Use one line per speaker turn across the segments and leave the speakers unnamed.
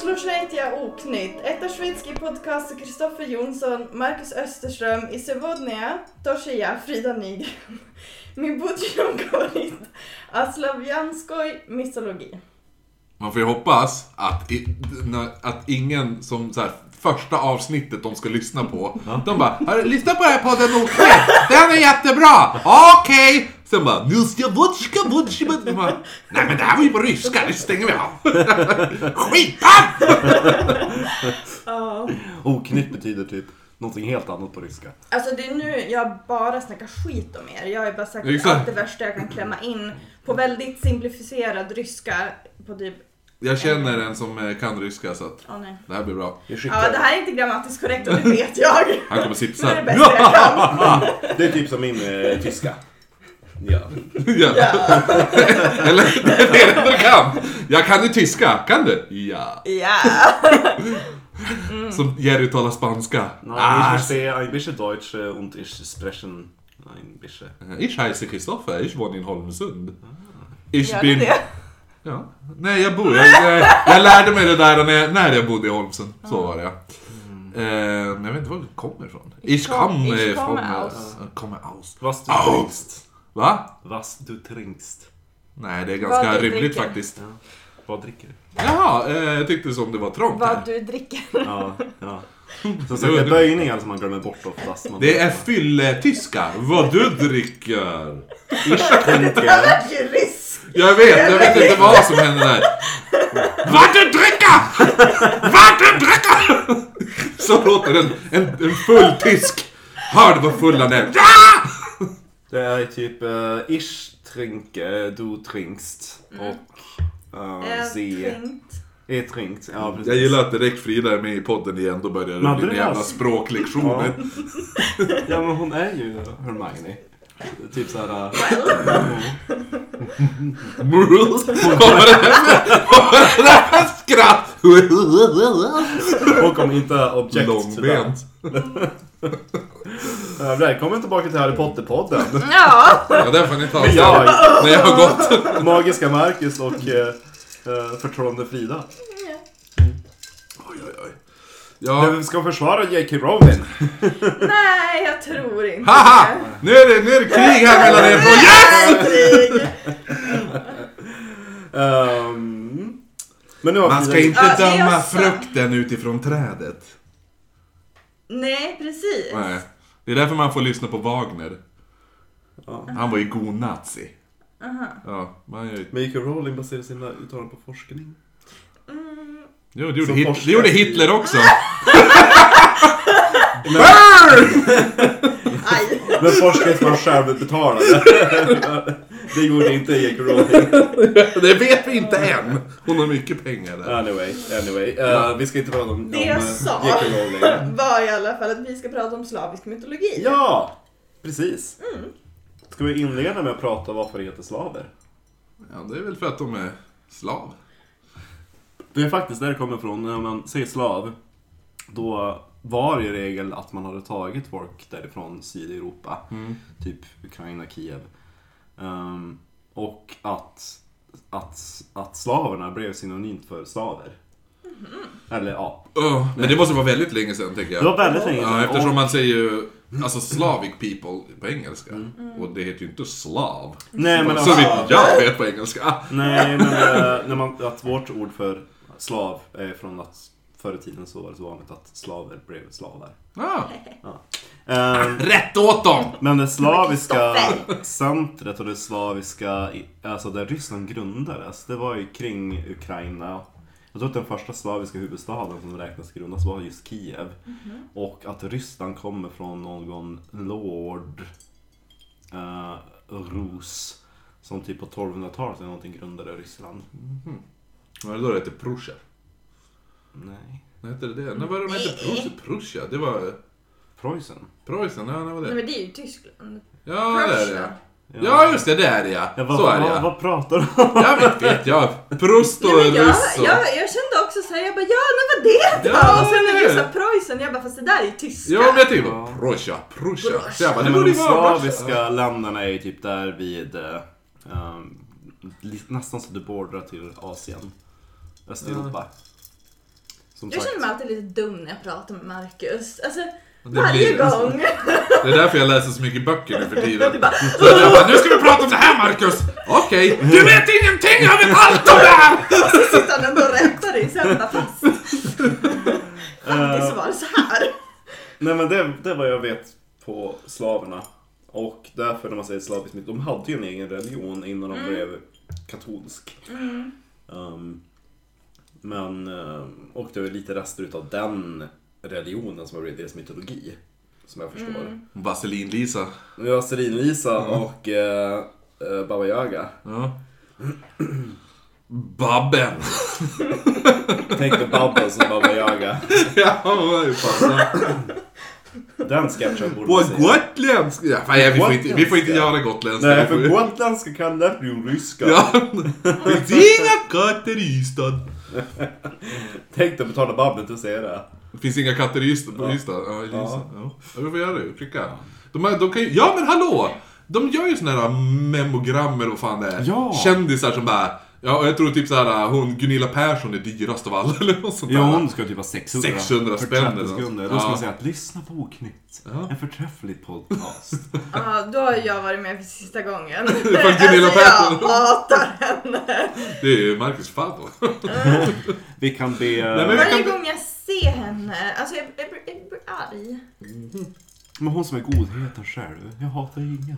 Слушайте Uknytt. Это шведский подкаст Kristoffer Jonsson, Marcus Österström и сегодня тоже я, Frida Nygren. Min budgetjobb går av slavjanskoj mytologi.
Man får ju hoppas att, i, när- att ingen som så här, första avsnittet de ska lyssna på, de bara "Hörru, lyssna på den här podden Norsjö, den är jättebra, okej! Sen bara "Nilska vodka, vodka, vodka." Man, Nej men det här var ju på ryska, det stänger vi av! Skiten!
Ja.
Oknytt betyder typ någonting helt annat på ryska.
Alltså det är nu jag bara snackar skit om er. Jag har ju bara sagt
Exakt.
allt det värsta jag kan klämma in på väldigt simplifierad ryska på typ...
Jag känner en som eh, kan ryska så att
Ja, nej.
det här blir bra.
Det är
Ja, det här är inte grammatiskt korrekt och det vet jag.
Han
Men
kommer
det är
sipsa.
det bästa jag kan.
Det är typ som min eh, tyska. Ja.
Ja.
Ja.
Eller det är det enda du kan. Jag kan ju tyska, kan du? Ja.
Ja. Mm.
Som Jerry talar spanska.
Nein, ich
Ah,
verstehe ein bisschen Deutsch eh, und ich sprechen ein bisschen.
Eh, Ich heiße Kristoffer, ich wohne in Holmsund. Ich
Ah. Gör du
bin...
det?
Ja. Nej, jag bor... Jag, jag, jag lärde mig det där när jag, när jag bodde i Holmsund.
Ah.
Så var det. ja. Eh, men jag vet inte var det kommer ifrån. Ich
Mm. kom-
komme
ich
från...
komme aus.
eh, Kommer aus.
Was du trinkst.
Aus! Va?
Was du trinkst.
Nej, det är ganska
Vad du
rimligt
dricker.
faktiskt.
Vad dricker du?
Jaha, eh, jag tyckte som det var trångt
Vad
här.
du dricker.
Ja, ja. Som sagt,
Jo,
det är
du-
böjningar som man glömmer bort oftast. Man
Det är fylletyska. Vad du dricker.
Ich
Han
trinker.
är ju rysk.
Jag vet, jag vet inte vad som hände där. Vattendricka! Vattendricka! Så låter en, en, en full tysk. Hörde vad full han är. Ja!
Det är typ eh, ich trinke, du trinkst
Mm.
och eh, sie
Tänkt.
är trinkt. Ja, precis.
Mm. Jag gillar att direkt Frida är med i podden igen, då börjar det
Men
bli
det
en jävla
var-
språklektioner.
Ja men hon är ju Hermione. Typ såhär... äh,
Vad var det där med- vad var det där för skratt?
Och om inte objekt
Långbent.
Äh, Välkommen tillbaka till Harry Potter-podden.
Ja.
Ja, den får ni ta
Med
sen.
Jag,
När jag har gått.
Magiska Marcus och eh, eh, förtrollande Frida.
Ja.
Jag ska försvara J.K. Rowling.
Nej, jag tror inte
Haha! Nu är det, nu är det krig här mellan er två. Yes!
Krig.
Ehm, men nu har
Man ska
Frida-
inte
Ja, det är
döma
sant.
frukten utifrån trädet.
Nej, precis.
Nej. Det är därför man får lyssna på Wagner.
Ja.
Han var ju god nazi. Ja, man gör ju...
Men J.K. Rowling baserar sina uttalanden på forskning.
Mm.
Jo, det gjorde,
Som
Hit...
forskare.
det gjorde Hitler också.
Aj.
Men forskning som man själv betalade. det gjorde inte J.K. Rowling.
Det vet vi inte än. Hon har mycket pengar där.
Anyway, anyway. eh, vi ska inte prata om, om
Det jag sa.
eh, J.K. Rowling.
Var i alla fall att vi ska prata om slavisk mytologi.
Ja, precis.
Mm.
Ska vi inleda med att prata om varför det heter slaver?
Ja, det är väl för att de är slav.
Det är faktiskt där det kommer ifrån. När man säger slav, då var det i regel att man hade tagit folk därifrån Sydeuropa. Typ Ukraina, Kiev. Ehm, och att, att, att slaverna blev synonymt för slaver.
Mhm.
Eller ja,
Öh, men det måste vara väldigt länge sedan, tänker
det var
jag.
väldigt länge
Ja, eftersom
Och-
man säger ju alltså slavic people på engelska. Och det heter ju inte slav.
Mm. Nej, men
Så
alltså,
vitt jag vet på engelska.
Nej, men eh, när man, att vårt ord för slav är från att förr i tiden så var det så vanligt att slaver blev slavar.
Ah,
Eh,
rätt åt dem!
Men det slaviska
Kristoffer.
centret och det slaviska, i- alltså där Ryssland grundades, det var ju kring Ukraina. Jag tror att den första slaviska huvudstaden som räknas grundas var just Kiev. Och att Ryssland kommer från någon lord eh, Rus som typ på 1200-talet eller någonting grundade Ryssland.
Var det då det hette Prusja?
Nej.
När hette det det? När var det de hette Prusja? Prusja? Det var... eh,
Preussen?
Preussen, ja när var
Nej,
det?
men det är ju Tyskland.
Ja, det är det.
Ja.
Ja, just det, det är det ja.
Ja, vad,
Så är det
vad,
ja.
vad pratar du om?
Jag vet, vet jag. Prost och
Nej, men jag,
russ och...
jag, jag kände också såhär, jag bara ja, men vad det då?
Ja,
och sen när
det är
du sa
det.
Preussen, jag bara fast det där är ju tyska.
Ja, men jag tycker bara Prusja, Prusja. Så jag bara, det
Nej, men
borde ju
de
vara
slaviska
Prusja.
länderna är ju typ där vid eh, ehm, li- nästan så du bordrar till Asien. Östeuropa. Som
Jag
sagt,
känner mig alltid lite dum när jag pratar med Marcus. Alltså,
Det
varje
blir-
gång.
Det är därför jag läser så mycket böcker nu för tiden.
Det bara,
Så jag bara, nu ska vi prata om det här Marcus! Okej, du vet ingenting, jag vet allt om det här!
och så sitter han ändå och rättar dig sen bara fast. Faktiskt
eh,
var det så här.
nej men det, det är vad jag vet på slaverna. Och därför när man säger slavisk myt, de hade ju en egen religion innan de
Mm.
blev katolsk. Ehm, men, ehm, och det är lite rester utav den religionen som har blivit deras mytologi. Som jag förstår.
Mm.
Vaselin-Lisa.
Vi har Serin-Lisa och eh, eh, Baba Yaga.
Ja. Babben!
Tänk på Babben som Baba Yaga.
Ja, vad är fan.
Den sketchen borde
På
man se.
gotländska! Ja, fan, ja, vi, får inte, vi får inte
Gotländska.
göra gotländska.
Nej, för gotländska kan det bli ryska.
Ja. Det finns inga katter i Ystad.
Tänk dig betala Babben till att säga det.
Det finns inga katter i Ystad. Ja.
Ja.
Ystad. Ja, i Ystad.
Ja.
Ja. Ja, vi får göra det. Skicka. De, här, de kan ju, ja men hallå! De gör ju såna här äh, memogrammer och vad fan det är.
Ja.
Kändisar som bara... Ja, och jag tror typ så här, hon Gunilla Persson är dyrast av alla eller något sånt
Ja,
där.
hon ska typ ha 600,
600
för
spänn
30
eller något.
sekunder. Då ska
Ja.
man säga att lyssna på Oknytt.
Ja.
En förträfflig podcast.
Ja, då har jag varit med för sista gången.
För Gunilla
Alltså jag
Persson.
hatar henne.
Det är ju Marcus Fado.
Vi kan be...
Nej, men-
men...
Varje gång jag ser henne, alltså jag, jag, blir- jag blir arg.
hon som är godheten själv. Jag hatar ingen.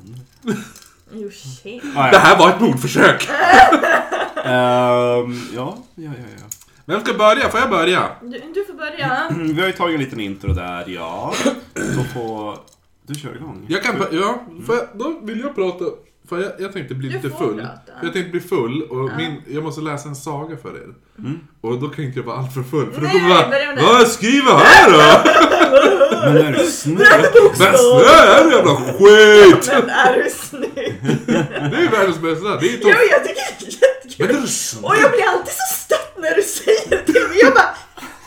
Ah,
Jo, shit.
Det här var ett mordförsök!
Ehm, ja, ja, ja, ja.
Vem ska börja? Får jag börja?
Du, du får börja.
Mm, Vi har ju tagit en liten intro där, ja. Då får... Du kör igång.
Jag kan... Ja, får jag, då vill jag prata... För jag, jag tänkte bli
Du
lite
får
full.
prata.
För jag tänkte bli full och min, jag måste läsa en saga för er. Och då kan inte jag vara alltför full. För då
Nej,
kommer jag
börja med det.
bara, Vad skriver här då?
Men är du snö?
Men snö är det jävla skit!
Men är du snygg?
Det är ju världens bästa. Det är
Jo,
topp.
jag tycker det är jättekul.
Men det är snö.
Och jag blir alltid så stött när du säger till mig. Jag bara,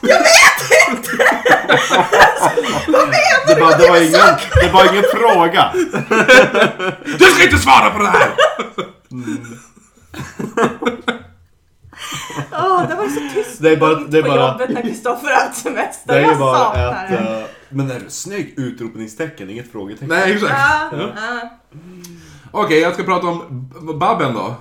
jag vet inte! Alltså, vad menar
Det,
du?
bara,
Vad
det, var
är
ingen, det var ingen fråga.
Du ska inte svara på det här!
Åh, det var så tyst
Det är bara... Det är
på
bara...
jobbet när Kristoffer hade semester.
Det är ju
jag
bara
saknar
ett...
det.
eh, men är du snygg? Utropningstecken, inget frågetecken.
Nej, exakt.
Ja, ja.
Okej, jag ska prata om B- Babben då.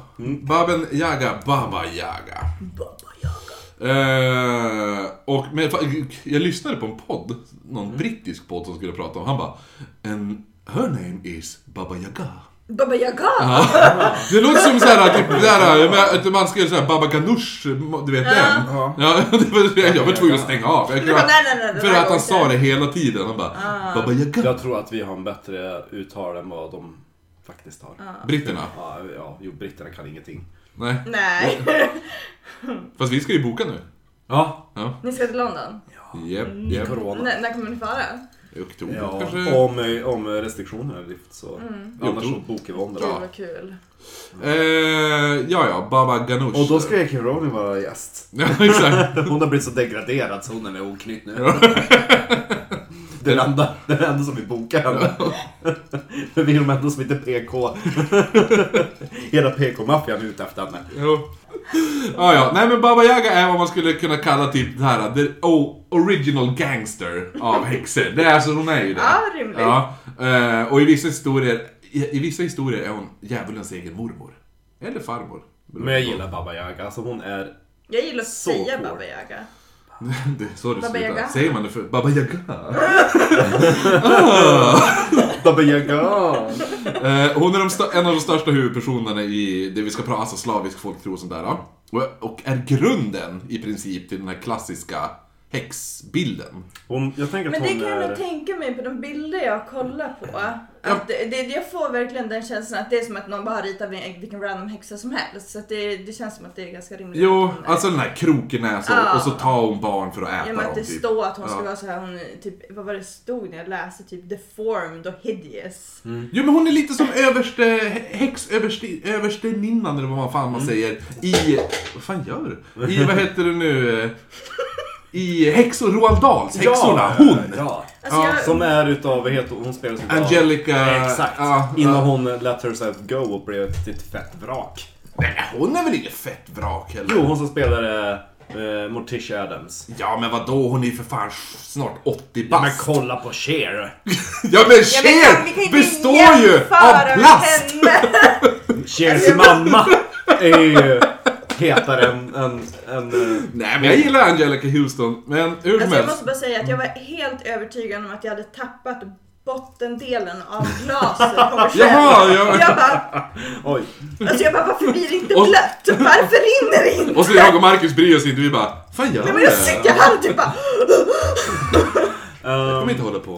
Babben Yaga, Baba Yaga.
Baba Yaga.
Eh, och, men fa- jag lyssnade på en podd, någon
Mm.
brittisk podd som skulle prata om, han bara And her name is Baba Yaga.
Baba Yaga?
Det låter som såhär, typ, såhär, men att man skulle säga Baba Ganoush, du vet den?
Ja.
Ja, det var, jag var tvungen att stänga av. Jag,
Du bara, nej, nej, nej, det
för
där
att
går
han sa
inte.
det hela tiden, han bara Baba Yaga.
Jag tror att vi har en bättre uttal än vad de faktiskt har. Ja.
Britterna.
ja, jo, britterna kan ingenting.
Nej,
Nej.
fast vi ska ju boka nu.
Ja.
Ja.
Ni ska till London?
Japp, japp.
Corona.
När, när kommer ni fara?
I oktober
Mm. Ja,
kanske.
om, eh, om restriktionerna lyfts så. Annars så
Jo,
bokar vi om det.
Mm. Gud
Ja.
vad kul.
Eh, ja, ja, Baba Ganoush.
Och då ska J.K. Rowling vara gäst.
Ja, exakt.
Hon har blivit så degraderad så hon är med oknytt nu. Den enda, den enda som vill boka henne. För vi är de enda som inte är PK. Hela PK-maffian är ute efter henne.
Jo. Ja, ja. Nej men Baba Yaga är vad man skulle kunna kalla typ det här, the o- original gangster av häxor. Det är alltså, hon är ju det.
Ja, rimligt.
Ja, eh, och i vissa historier, i, i vissa historier är hon djävulens egen mormor. Eller farmor.
Men jag gillar Baba Yaga. Alltså hon är...
Jag gillar att
Så
säga
hårt.
Baba Yaga.
Det är så det
Baba
slutar.
Yaga.
Säger man det för Baba Yaga?
Baba Yaga!
Eh, hon är de stö- en av de största huvudpersonerna i det vi ska prata alltså slavisk folktro och sånt där. ja. Och, och är grunden i princip till den här klassiska häxbilden.
Hon, jag tänker att
Men det
hon
kan jag nog
är...
tänka mig på de bilder jag kollar på. Att det, det, jag får verkligen den känslan att det är som att någon bara ritar vil- vilken random häxa som helst. Så att det, det känns som att det är ganska rimligt.
Jo,
att hon är-
alltså den här kroken är så,
Ja.
och så tar hon barn för att äta
Ja men att
dem
det
typ.
står att hon ska
Ja.
vara så här, hon är typ, vad var det stod när jag läste? Typ deformed och hideous.
Jo men hon är lite som överste, hä- häxöverste- överstinninnan eller vad fan man säger i... Vad fan gör du? I vad heter det nu? eh, I häxor, Roald Dahls häxorna, hon!
Ja.
Alltså
Ja,
jag,
Som är utav, vad heter hon? Hon spelas utav...
Angelica...
Exakt.
Ja, ja.
Innan hon lät herself go och blev ett fett vrak.
Nej, hon är väl inget fett vrak heller?
Jo, hon som spelade
Eh, Morticia Adams.
Ja men vadå, hon är ju för fan snart 80
Ja, men
bast.
kolla på Cher!
Ja men
Ja, men kan- vi kan
Cher
inte
består ju
jämföra
av plast!
med henne.
Mm. Chers mamma!
är ju hetare än... än, än eh,
Nej men jag gillar Angelica Houston, men hur som
Alltså jag
helst.
måste bara säga att jag var helt övertygad om att jag hade tappat bottendelen av glaset på mig själv.
Jaha, jag-
Jag bara,
Oj.
alltså jag bara, varför blir det inte
Och-
blött? Varför rinner det inte?
Och så jag och Marcus bryr oss inte, vi bara Fan gör
Nej men jag
det?
sitter här och typ bara,
Jag kommer inte hålla på.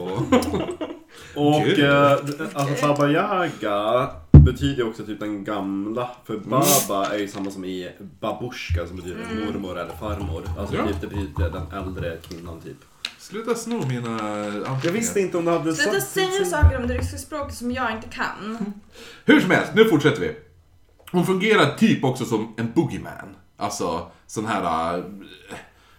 Och
Gud.
eh,
eh, alltså Baba Yaga betyder ju också typ den gamla. För
Mm.
Baba är ju samma som i babushka som betyder mormor eller farmor. Alltså
Ja.
typ det betyder den äldre kvinnan typ.
Sluta sno mina anteckningar.
jag visste inte om du hade
sluta
sagt-
säga saker om det ryska språket som jag inte kan.
Hur som helst, nu fortsätter vi. Hon fungerar typ också som en boogeyman. Alltså, sån här... äh,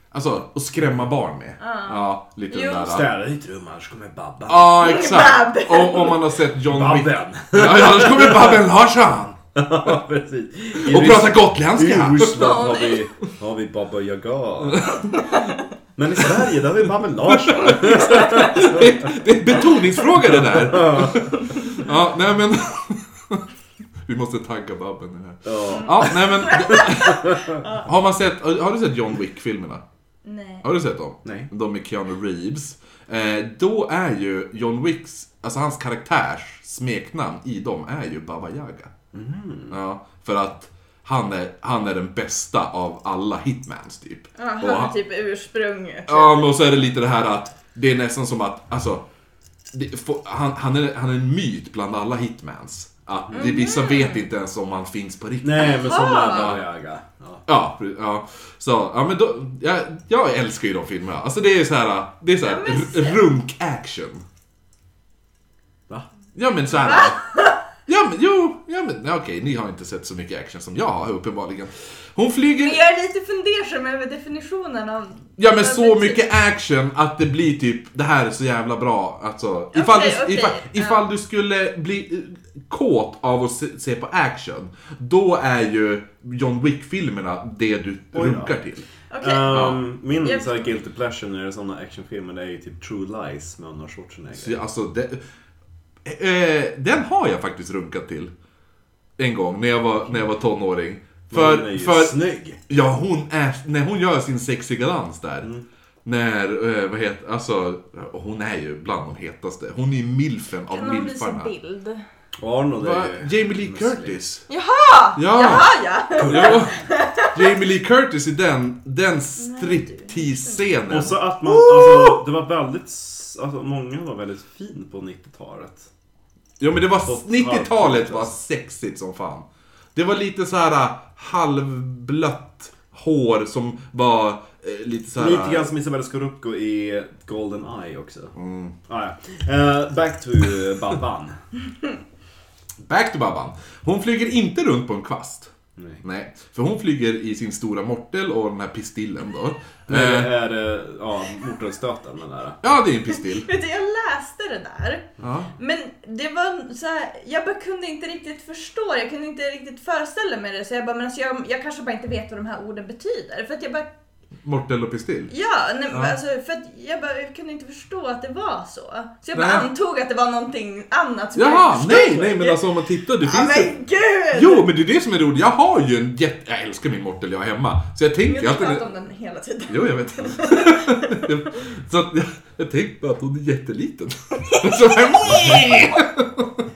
Alltså, att skrämma barn med. Ja, lite
Jo.
den där...
Städa ditt rum annars kommer Babba.
Ja, exakt.
Bab.
Och om man har sett John Wick.
Babben!
Ja, annars kommer Babben Larsson!
Ja, precis. I
Och
Ryss-
pratar
I
gotländska!
Ryssland har vi, har vi Baba Yaga. Men i Sverige där har vi Babben Larsson.
Det är en betoningsfråga det där! Ja, nej men... Vi måste tagga Babben i det här.
Ja.
Ja, nej men... Har man sett... Har du sett John Wick-filmerna?
Nej.
Har du sett dem?
Nej.
De med Keanu Reeves. Eh, då är ju John Wicks, alltså hans karaktärs smeknamn i dem är ju Baba Yaga. Ja, för att han är, han är den bästa av alla hitmans typ.
Ja, han
Och han-
är typ ursprunget.
Ja, men och så är det lite det här att det är nästan som att, alltså, det, få- han, han, är, han är en myt bland alla hitmans. Att
Mm.
det, vissa vet inte ens om han finns på riktigt.
Nej men som
Aha.
Baba Yaga. Ja.
Ja, pre- ja. Så, ja men då, jag, jag älskar ju de filmerna. Alltså det är så här, det är så här
Ja, men
r- runk-action.
Va?
Ja men så här. Ja men jo, ja men ja, okej, ni har inte sett så mycket action som jag har uppenbarligen. Hon
Men
flyger,
jag är lite fundersam över definitionen av...
ja men
typ-
så mycket action att det blir typ, det här är så jävla bra. Alltså, ifall,
Okej,
du,
okej,
ifall,
ja.
ifall du skulle bli eh, kåt av att se, se på action, då är ju John Wick-filmerna det du
då.
runkar till.
Okej.
Ehm, min
Ja.
så här guilty pleasure när det är sådana actionfilmer det är ju typ True Lies med Arnold Schwarzenegger.
Så jag- alltså, det, eh, den har jag faktiskt runkat till. En gång, när jag var, när jag var tonåring.
Men den är
För,
ju
för,
snygg.
ja hon är, när hon gör sin sexiga dans där.
Mm.
När, eh, vad heter, alltså, hon är ju bland de hetaste. Hon är milfen av
Kan någon visa
milfarna.
en bild?
Och Arnold
Va?
är ju...
Jamie Lee Curtis.
Jaha!
Ja.
Jaha ja!
Jo. Jamie Lee Curtis i den, den striptease-scenen.
Och så att man, alltså det var väldigt, s- alltså många var väldigt fin på 90-talet.
Ja men det var
Och-
90-talet var sexigt som fan. Det var lite så här äh, halvblött hår som var eh, lite så här.
Lite grann som Isabella Scorupco i Golden Eye också.
Mm.
Ah, ja. Eh, back to Babban.
Back to Babban. Hon flyger inte runt på en kvast.
Nej.
Nej, för hon flyger i sin stora mortel och den här pistillen då.
Det
Eh,
är eh, ja, motorstöten den där.
ja, det är en pistill.
Vet du, jag läste det där.
Ja.
Men det var så här, jag bara kunde inte riktigt förstå det. Jag kunde inte riktigt föreställa mig det. Så jag bara, men alltså jag, jag kanske bara inte vet vad de här orden betyder. För att jag bara,
Mortel och pistill.
ja, nej,
Ja.
Alltså, för att jag bara jag kunde inte förstå att det var så. Så jag bara
Nej.
antog att det var någonting annat som jag
Jaha,
inte förstod.
nej, nej men alltså om man tittar, det
Ja,
finns ju...
men gud!
Jo, men det är det som är roligt. Jag har ju en jätte... Jag älskar min mortel jag har hemma. Så jag tänker
Jag
alltid...
pratar om den hela tiden.
Jo, jag vet. Jag- så att jag, jag tänkte att hon är jätteliten. så här,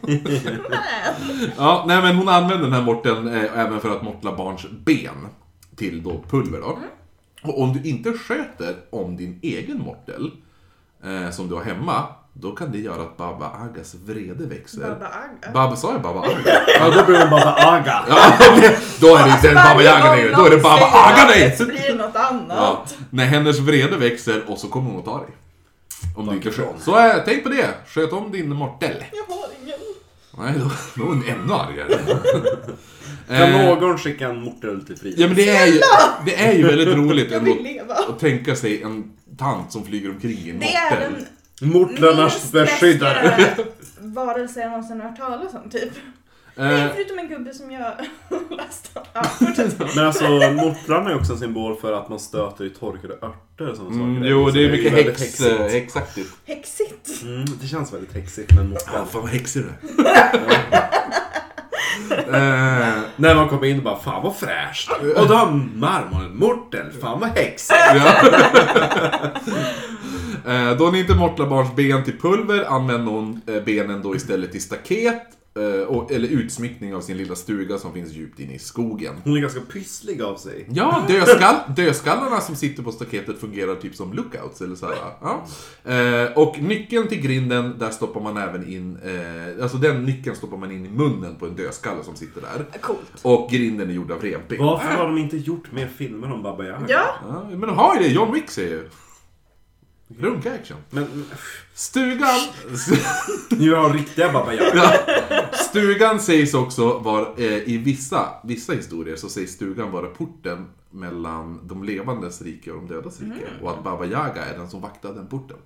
Men,
ja, nej, men hon använder den här morteln eh, även för att mortla barns ben till då pulver. Då.
Mm.
Och om du inte sköter om din egen mortel eh, som du har hemma, då kan det göra att Baba Agas vrede växer.
Baba Aga.
Baba, sa jag Baba Aga?
Ja, då blir hon Baba Aga.
ja, då är det inte en Baba Yaga längre, då är det Baba Aga nej!
Så blir det något annat.
Ja, när hennes vrede växer och så kommer hon att ta dig. Om du inte sköt. Så äh, tänk på det. Sköt om din mortel.
Jag har ingen.
Nej, då, då är hon ännu argare.
Kan
Eh,
någon skicka en mortel till Frida?
ja, men det är ju, det är ju väldigt roligt
Jag
ändå
vill leva.
att tänka sig en tant som flyger omkring i en
Det är
mortel.
den
Mortlarnas
minst
beskyddare.
läskiga varelse jag någonsin har hört talas om, typ.
Eh,
Nej, förutom en gubbe som jag läste om. Ja, typ fortsätt.
Men alltså mortlan är också en symbol för att man stöter i torkade örter och sådana
Mm,
saker.
jo,
Så
det är
ju
mycket
väldigt
häx,
häxigt.
eh, häxaktigt.
Häxigt.
Mm, det känns väldigt häxigt med
Ja,
mortlan.
fan vad häxig du är. Eh,
När man kommer in och bara fan vad fräscht. Och då har marmorn en mortel. Fan vad häxigt.
ja. Eh, Då ni inte mortlar barns ben till pulver använder hon eh, benen då istället till staket eh, och, eller utsmyckning av sin lilla stuga som finns djupt inne i skogen.
Hon är ganska pysslig av sig.
Ja, dödskall, dödskallarna som sitter på staketet fungerar typ som lookouts eller så här. Ja. Eh, och nyckeln till grinden, där stoppar man även in, eh, alltså den nyckeln stoppar man in i munnen på en dödskalle som sitter där.
Coolt.
Och grinden är gjord av revben.
Varför har de inte gjort mer filmer om Baba Yaga?
Ja,
Ja, men de har ju det, John Wick säger ju. Runka-action.
Men
Stugan...
nu har de riktiga Baba Yaga.
Ja. Stugan sägs också vara, eh, i vissa, vissa historier så sägs stugan vara porten mellan de levandes rike och de dödas rike. Och att Baba Yaga är den som vaktar den porten.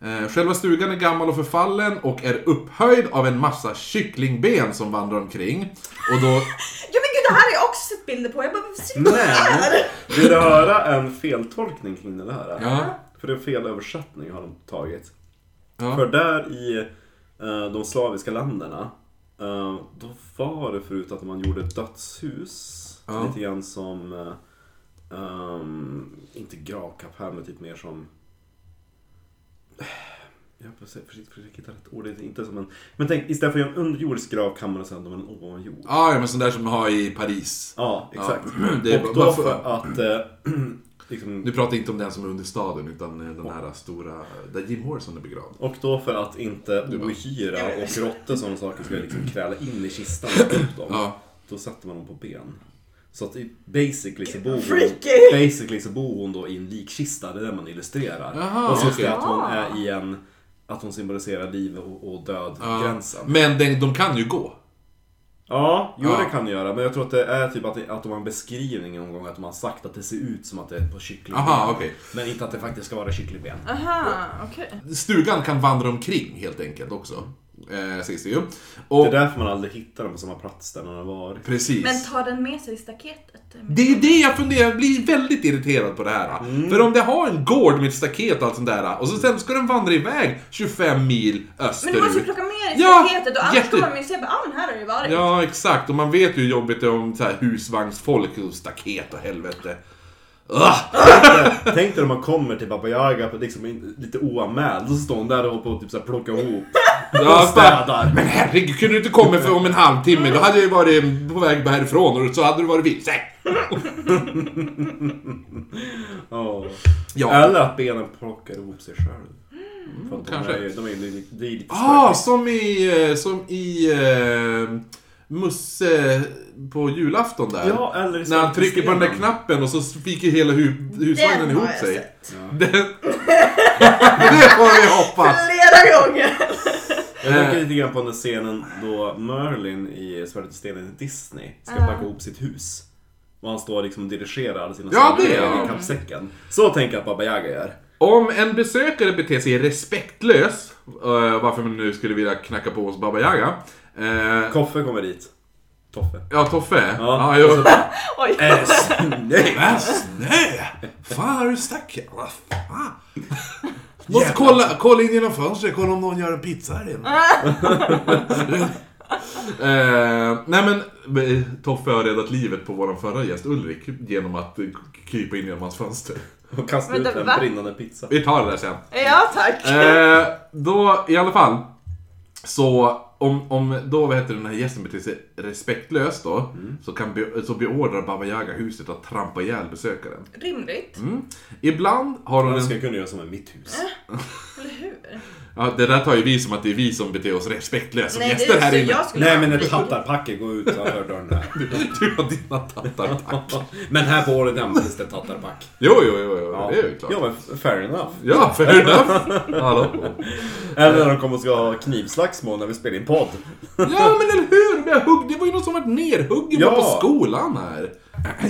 Eh, själva stugan är gammal och förfallen och är upphöjd av en massa kycklingben som vandrar omkring. Och då...
Ja men gud, det här har jag också sett bilder på. Jag bara, varför ser det ut
Men
här?
vill du höra en feltolkning kring det här?
Ja,
För det är en felöversättning har de tagit.
ja.
För där i eh, de slaviska länderna, eh, då var det förut att man gjorde dödshus.
Ja.
Lite grann som, eh, ehm, inte gravkapell, men typ mer som... eh, Jag får se- försöker försöker hitta rätt ord, det är inte som en... Men tänk, istället för att göra en underjordisk gravkammare så hade man en ovan jord.
Ah, ja, men sån där som de har i Paris.
Ja, exakt.
det är
Och
bara
då
för-
för att... Eh, liksom,
Nu pratar jag inte om den som är under staden utan eh, den här stora, där Jim Morrison är begravd.
Och då för att inte ohyra
Ja, men-
och råttor och sådana saker skulle liksom kräla in i kistan och ta upp dem.
Ja.
Då satte man dem på ben. Så att i- basically så bor hon,
Freaky!
basically så bor hon då i en likkista, det är det man illustrerar.
Jaha,
och så just det
okej.
att hon är i en, att hon symboliserar liv och, och död,
Ja.
gränsen.
Men den, de kan ju gå.
Ja, jo
Ja.
det kan det göra. Men jag tror att det är typ att, det, att de har en beskrivning någon gång att de har sagt att det ser ut som att det är på kycklingben.
Aha, okej.
Men inte att det faktiskt ska vara kycklingben.
Aha, okej.
Stugan kan vandra omkring helt enkelt också. Eh, sägs det ju. Och,
Det är därför man aldrig hittar dem på samma plats där man har varit.
Precis.
Men tar den med sig i staketet?
Det är ju det jag funderar, jag blir väldigt irriterad på det här.
Mm.
För om det har en gård med ett staket och allt sånt där och så sen ska den vandra iväg 25 mil
Men du måste ju
österut.
plocka med dig
Ja,
staketet och annars
jätte-
kommer man ju se, bara, ah men här har det varit.
Ja, exakt. Och man vet ju hur jobbigt det är om så här husvagnsfolk och staket och helvete. Ugh!
Tänk dig när man kommer till Baba Yaga på liksom in- lite oanmäld, så står hon där och håller på att typ så här plocka ihop och
Ja,
städar.
Men herregud, kunde du inte komma för om en halvtimme? Då hade jag ju varit på väg härifrån och så hade du varit vilse.
Ja.
Ja.
Eller att benen plockar ihop sig själv. För att
kanske.
De är, de är, li- det är lite
Ah,
större.
som i, eh, som i eh, Musse på julafton där.
Ja, eller i
När han
Svarta
trycker på den där
Stenen.
knappen och så fiker hela hu-
Den
husvagnen
har
ihop
jag
sig.
sett.
Det, det får vi hoppas!
Flera gånger!
Jag tänker lite grann på den där scenen då Merlin i Svärdet och stenen i Disney ska packa ihop sitt hus. Och han står liksom och dirigerar sina
Ja, det
saker
är han.
i kappsäcken. Så tänker jag att Baba Yaga gör.
Om en besökare beter sig respektlös, eh, varför man nu skulle vilja knacka på hos Baba Yaga. eh,
Koffe kommer dit. Toffe.
ja, Toffe.
Ja.
Ja, jag,
Oj.
Eh.
Äh, snyggt!
Äh, snö! Fan, har du stackare? Vad fan? Måste kolla, kolla in genom fönstret, kolla om någon gör en pizza här inne. eh, nej men, eh, Toffe har räddat livet på vår förra gäst Ulrik genom att eh, krypa in genom hans fönster.
Och kastar ut
Vänta,
en
va?
brinnande pizza.
Vi tar det där sen.
Ja tack.
Eh, då, i alla fall. Så om, om då vad heter det, den här gästen beter sig respektlöst då, så, kan be, så beordrar Baba Yaga huset att trampa ihjäl besökaren.
Rimligt,
Mm. Ibland har hon
Jag
en...
önskar jag kunde göra som i mitt hus.
Eh? eller hur?
Ja, det där tar ju vi som att det är vi som beter oss respektlöst som
Nej, det
gäster
är
här
så
inne.
jag skulle
Nej men ett
aldrig-
tattarpacke går ut utanför dörren här.
Du har dina tattar, tack.
Men här på Åredem finns det tattarpack.
Jo, jo, jo, jo det är ju klart.
Ja men fair enough.
Ja, fair enough. Hallå.
Eller när de kommer och ska ha knivslagsmål när vi spelar in podd.
Ja, men eller hur! Vi har hugg- Det var ju någon som var nerhuggen
Ja.
på skolan här.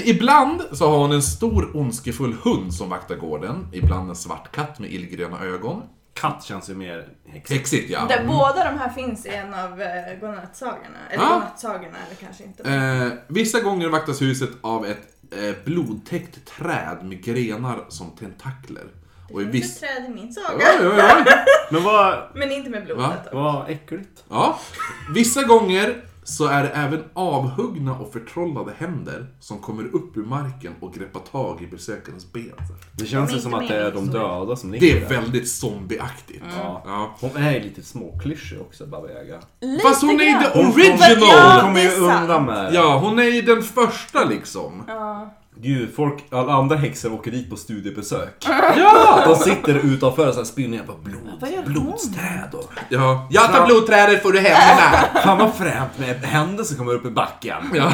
Ibland så har hon en stor ondskefull hund som vaktar gården. Ibland en svart katt med illgröna ögon.
Katt känns ju mer häxigt.
Exit ja.
Där båda de här finns i en av eh, godnattsagorna. Eller
Ja.
godnattsagorna eller kanske inte.
Eh, vissa gånger vaktas huset av ett eh, blodtäckt träd med grenar som tentakler. Och i
det finns ett
viss...
träd i min
Oj,
saga.
oj, oj.
Men vad,
Men inte med blodet. då.
vad äckligt.
Ja. Vissa gånger så är det även avhuggna och förtrollade händer som kommer upp ur marken och greppar tag i besökarens ben.
Det känns ju
inte
som att det är de
meningen, så.
döda som ligger
Det är
där.
väldigt zombieaktigt.
Ja.
Mm. Ja.
Hon är ju lite småklyschig också, Baba Yaga.
Lite
Fast hon är
grann.
inte
Hon-
Ja,
Hon
original!
kommer
det
ju
är sant.
undan med det.
Ja, hon är ju den första liksom.
Ja.
Det är ju folk, alla andra häxor åker dit på studiebesök.
Ja!
De sitter utanför så här spinner på blod,
Vad gör hon?
blodsträd och...
ja. Jag tar blodträdet får du händerna!
Fan vad fränt med händer som kommer upp i backen.
Ja.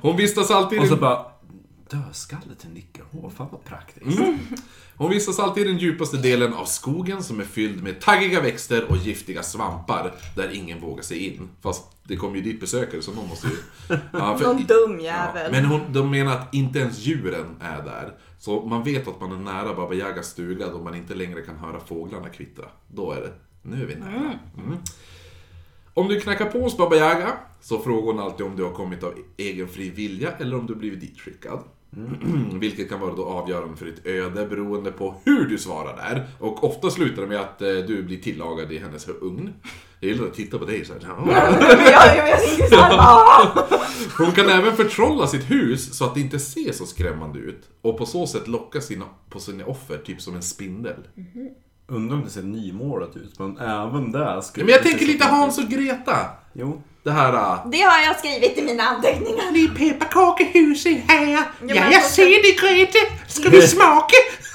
Hon vistas alltid
Och
i
så
den
bara... Dödskalle till nyckelhål, fan vad praktiskt.
Hon vistas alltid i den djupaste delen av skogen som är fylld med taggiga växter och giftiga svampar där ingen vågar sig in. Fast det kommer ju dit besökare så någon måste ju... Ja,
Någon dum jävel.
Ja, men hon, de menar att inte ens djuren är där. Så man vet att man är nära Baba Yagas stuga då man inte längre kan höra fåglarna kvittra. Då är det, nu är vi nära. Mm. Om du knackar på hos Baba Yaga så frågar hon alltid om du har kommit av egen fri vilja eller om du blivit ditskickad. Mm. Vilket kan vara då avgörande för ditt öde beroende på hur du svarar där. Och ofta slutar det med att eh, du blir tillagad i hennes ugn. Jag gillar att titta på dig så här.
ja, jag vet inte så här, bara,
Hon kan även förtrolla sitt hus så att det inte ser så skrämmande ut och på så sätt locka sina, på sina offer, typ som en spindel.
Mm.
Undrar om det ser nymålat ut, men även där
Ja,
skulle...
Men jag tänker lite Hans och Greta.
Jo.
Det här... äh,
Det har jag skrivit i mina anteckningar.
Ni pepparkakehuset här!
men alltså-
det Grete! Ska vi smaka?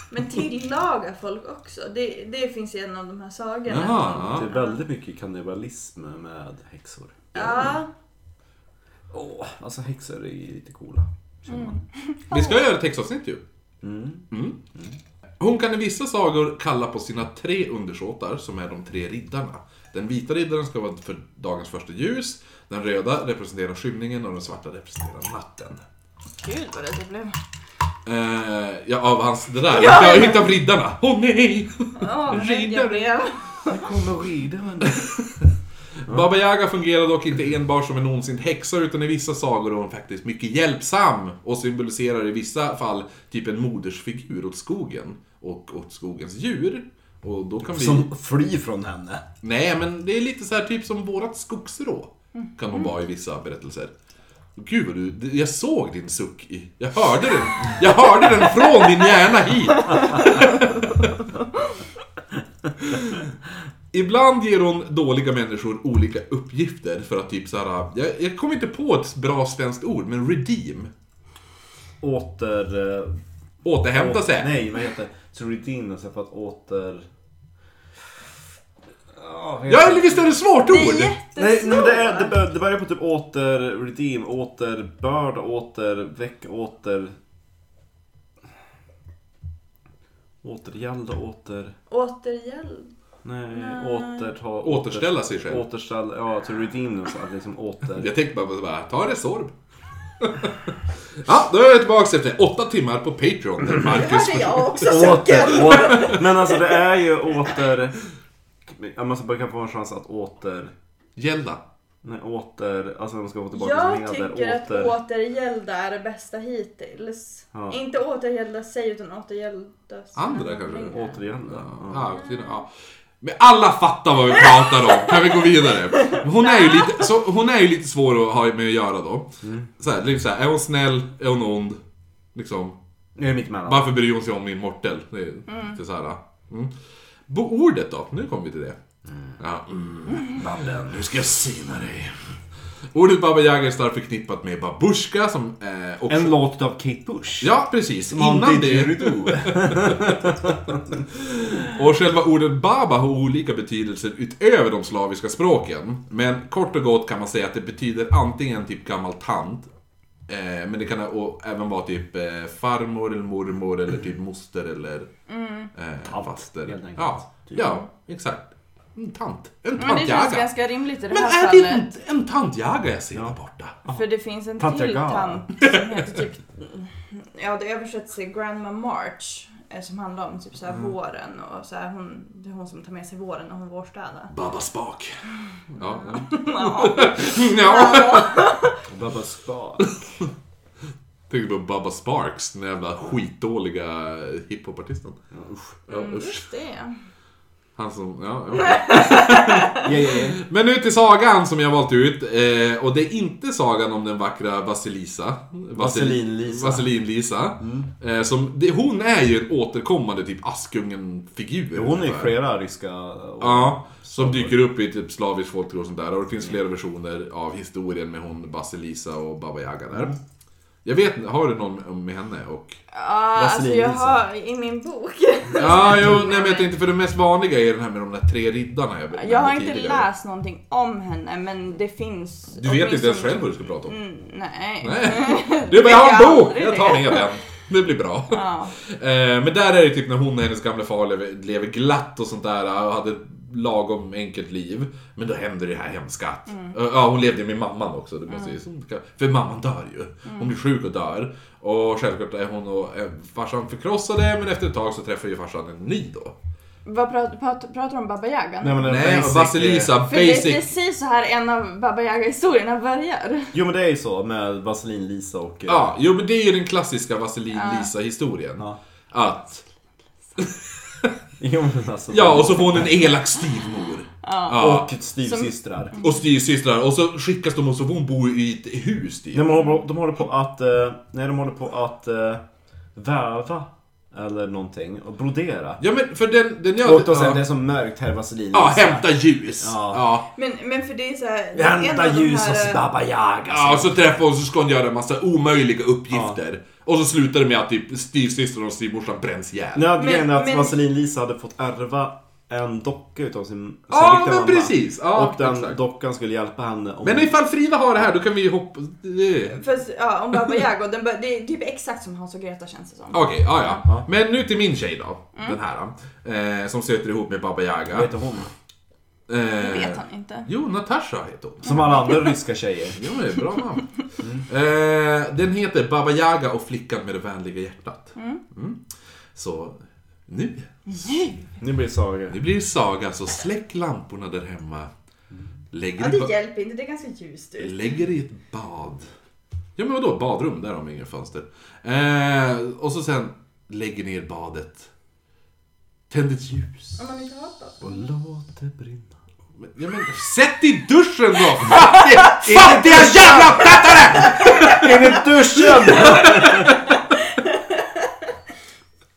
Men tillaga folk också. Det, det finns i en av de här sagorna.
Jaha.
Det är väldigt mycket kannibalism med häxor.
Ja.
Åh, alltså häxor är ju lite coola. Känner man.
Vi ska göra ett textavsnitt ju. Mm. Hon kan i vissa sagor kalla på sina tre undersåtar, som är de tre riddarna. Den vita riddaren ska vara för dagens första ljus, den röda representerar skymningen och den svarta representerar natten.
Gud vad det blev.
Eh, ja, av hans... Det där.
Ja,
jag
ja.
hittar riddarna. Åh nej!
Åh, vad rädd
Rider.
jag blev.
Jag kommer rida
Baba Yaga fungerar dock inte enbart som en ondsint häxa utan i vissa sagor är hon faktiskt mycket hjälpsam och symboliserar i vissa fall typ en modersfigur åt skogen och åt skogens djur. Och då kan vi...
Som fly från henne.
Nej, men det är lite så här typ som vårat skogsrå. Kan
Mm.
hon vara i vissa berättelser. Gud vad du, jag såg din suck i... Jag hörde den! Jag hörde den från din hjärna hit! Ibland ger hon dåliga människor olika uppgifter för att typ såhär... Jag, jag kommer inte på ett bra svenskt ord, men redeem.
Åter... eh,
Återhämta
åt-
sig.
Nej, vad heter det? To redeem, alltså för att åter... Ja, vad heter
Ja, eller visst är det ett svårt
Det är
ord?
Nej, nej, men
jättesvårt.
det, är, det, bör, det börjar på typ åter redeem, åter börd, åter väck, åter... Återgälda, åter...
Återgäld.
Nej,
Nej.
åter... Ta,
Återställa sig själv.
Återställa, ja, to redeem och så, att liksom åter...
Jag tänkte bara, bara ta det sorb. ja, då är jag tillbaka efter åtta timmar på Patreon där
Det
Marcus...
hörde jag också sucken.
åter, åter... Men alltså det är ju åter... Ja, Man ska bara kan få en chans att åter...
Gälla.
Nej, åter... Alltså man ska få tillbaka sina
Jag
heder,
tycker att återgälda är det bästa hittills.
Ja.
Inte återgälda sig utan återgälda sina
Andra kanske.
handlingar.
Återgälda.
Ja.
Ja.
Ja, tydligen, ja. Men alla fattar vad vi pratar om. Kan vi gå vidare? Hon är ju lite, så, hon är ju lite svår att ha med att göra då. Så här, liksom så här, är hon snäll? Är hon ond? Liksom,
Nu är mitt emellan.
varför bryr hon sig om min mortel? Det är lite så här, mm. Bo ordet då? Nu kommer vi till det. Ja, mm. Babben, nu ska jag syna dig. Ordet Baba Yaga är starkt förknippat med babushka som eh, också...
En låt av Kate Bush.
Ja, precis.
Innan
Innan det... Och själva ordet baba har olika betydelser utöver de slaviska språken. Men kort och gott kan man säga att det betyder antingen typ gammal tant, eh, men det kan å- även vara typ eh, farmor eller mormor eller typ moster eller
Mm.
eh, faster.
helt enkelt. Typ.
Ja, ja, exakt. En tant. En
Men det känns
tantjaga.
ganska rimligt i det
Men
här
är
fallet.
det en, en tantjaga jag ser där borta?
För det finns en
Tantjaga.
till tant som heter typ... Ja, det översätts till Grandma March. eh, som handlar om typ såhär våren och såhär hon, det är hon som tar med sig våren när hon vårstädar.
Baba Spak.
Mm.
Ja.
Ja.
ja.
Baba Spa.
Tänkte på Baba Sparks, den jävla skitdåliga hiphopartisten. Ja,
Mm,
usch.
just det.
Han som, ja, ja. Men nu till sagan som jag valt ut. Eh, och det är inte sagan om den vackra Vasilisa.
Vaselin-Lisa.
Vaselin-Lisa.
Mm.
Eh, som, det, hon är ju en återkommande typ Askungen-figur.
Hon är ju
ungefär.
flera ryska...
Ja, som dyker upp i typ slaviskt folktro och sånt där. Och det finns flera versioner av historien med hon Basilisa och Baba Yaga
Mm.
där. Jag vet inte, har du någon med henne och...
Ja, alltså jag
Vaselinlisa.
har i min bok.
Ja, jo, nej men jag tänkte för det mest vanliga är den här med de där tre riddarna. Jag,
Jag har
nämnde
inte
tidigare.
läst någonting om henne men det finns
Du vet inte ens
åtminstone-
själv vad du ska prata om.
Mm, nej.
Nej. Du bara, jag har en bok! Jag tar med den. Det blir bra.
Ja.
Eh, men där är det typ när hon och hennes gamla far lever, lever glatt och sånt där och hade ett lagom enkelt liv. Men då händer det här hemska. att-
Mm.
Eh, Ja, hon levde ju med mamman också. Det måste ju, för mamman dör ju.
Mm.
Hon blir sjuk och dör. Och självklart är hon och eh, farsan förkrossade men efter ett tag så träffar ju farsan en ny då.
Vad pratar, pratar, pratar du om Baba Yaga?
Nej, men den
Nej,
basic-
Vasilisa
För det är
Basic.
precis så här en av Baba Yaga-historierna börjar.
Jo men det är ju så med Vaselin-Lisa och... eh,
Ja, jo men det är ju den klassiska Vaselin-Lisa-historien.
Ja.
Att
Jo, men alltså,
Ja, och så får hon en elak styvmor. Ja.
Och styvsystrar.
Och styvsystrar. Och så skickas de och så får hon bo i ett hus typ.
De, håller- de håller på att... eh, Nej, de håller på att eh, väva. Eller någonting. Och brodera.
Ja men för den... den jag,
Och då sen det
ja.
är så mörkt här Vaselin.
ja, hämta ljus. Ja.
Ja.
Ja.
Men, men för det är så här, det är en
Hämta
av de
ljus
här- eh,
hos Baba Yaga.
och så träffar hon så ska hon göra en massa omöjliga uppgifter. Och så slutar det med att typ styvsystern och styvmorsan bränns ihjäl.
Nej,
Men-
grejen är att
men-
Vaselin-Lisa hade fått ärva en docka utav sin, sin
Ja,
riktiga
men
mamma.
precis. Ja,
och den
exakt.
dockan skulle hjälpa henne om...
Men ifall Frida har det här då kan vi ju hoppa... det-
Fast, ja, om Baba Yaga, och den bör, det är typ exakt som Hans och Greta känns det som.
Okej, ja, ja Men nu till min tjej då. Den här. eh, Som stöter ihop med Baba Yaga.
Vad heter hon?
Det
Eh,
vet han inte.
Jo, Natasha heter hon.
Som alla andra ryska tjejer.
Jo, det är bra namn. Eh, den heter Baba Yaga och flickan med det vänliga hjärtat. Mm. Så nu,
Nu blir det sagor.
nu blir det saga, så släck lamporna där hemma. Lägger,
Ja,
i ba-
det hjälper inte, det är ganska ljust ut.
lägger i ett bad. Ja, men vadå? Badrum, där har man inga fönster. Eh, och så sen lägger ner badet. Tänd ett ljus.
Om man inte har något.
Och låt det brinna.
Men- Ja, men, sätt i duschen då! Fattiga, fattiga jävla plattare!
In i duschen!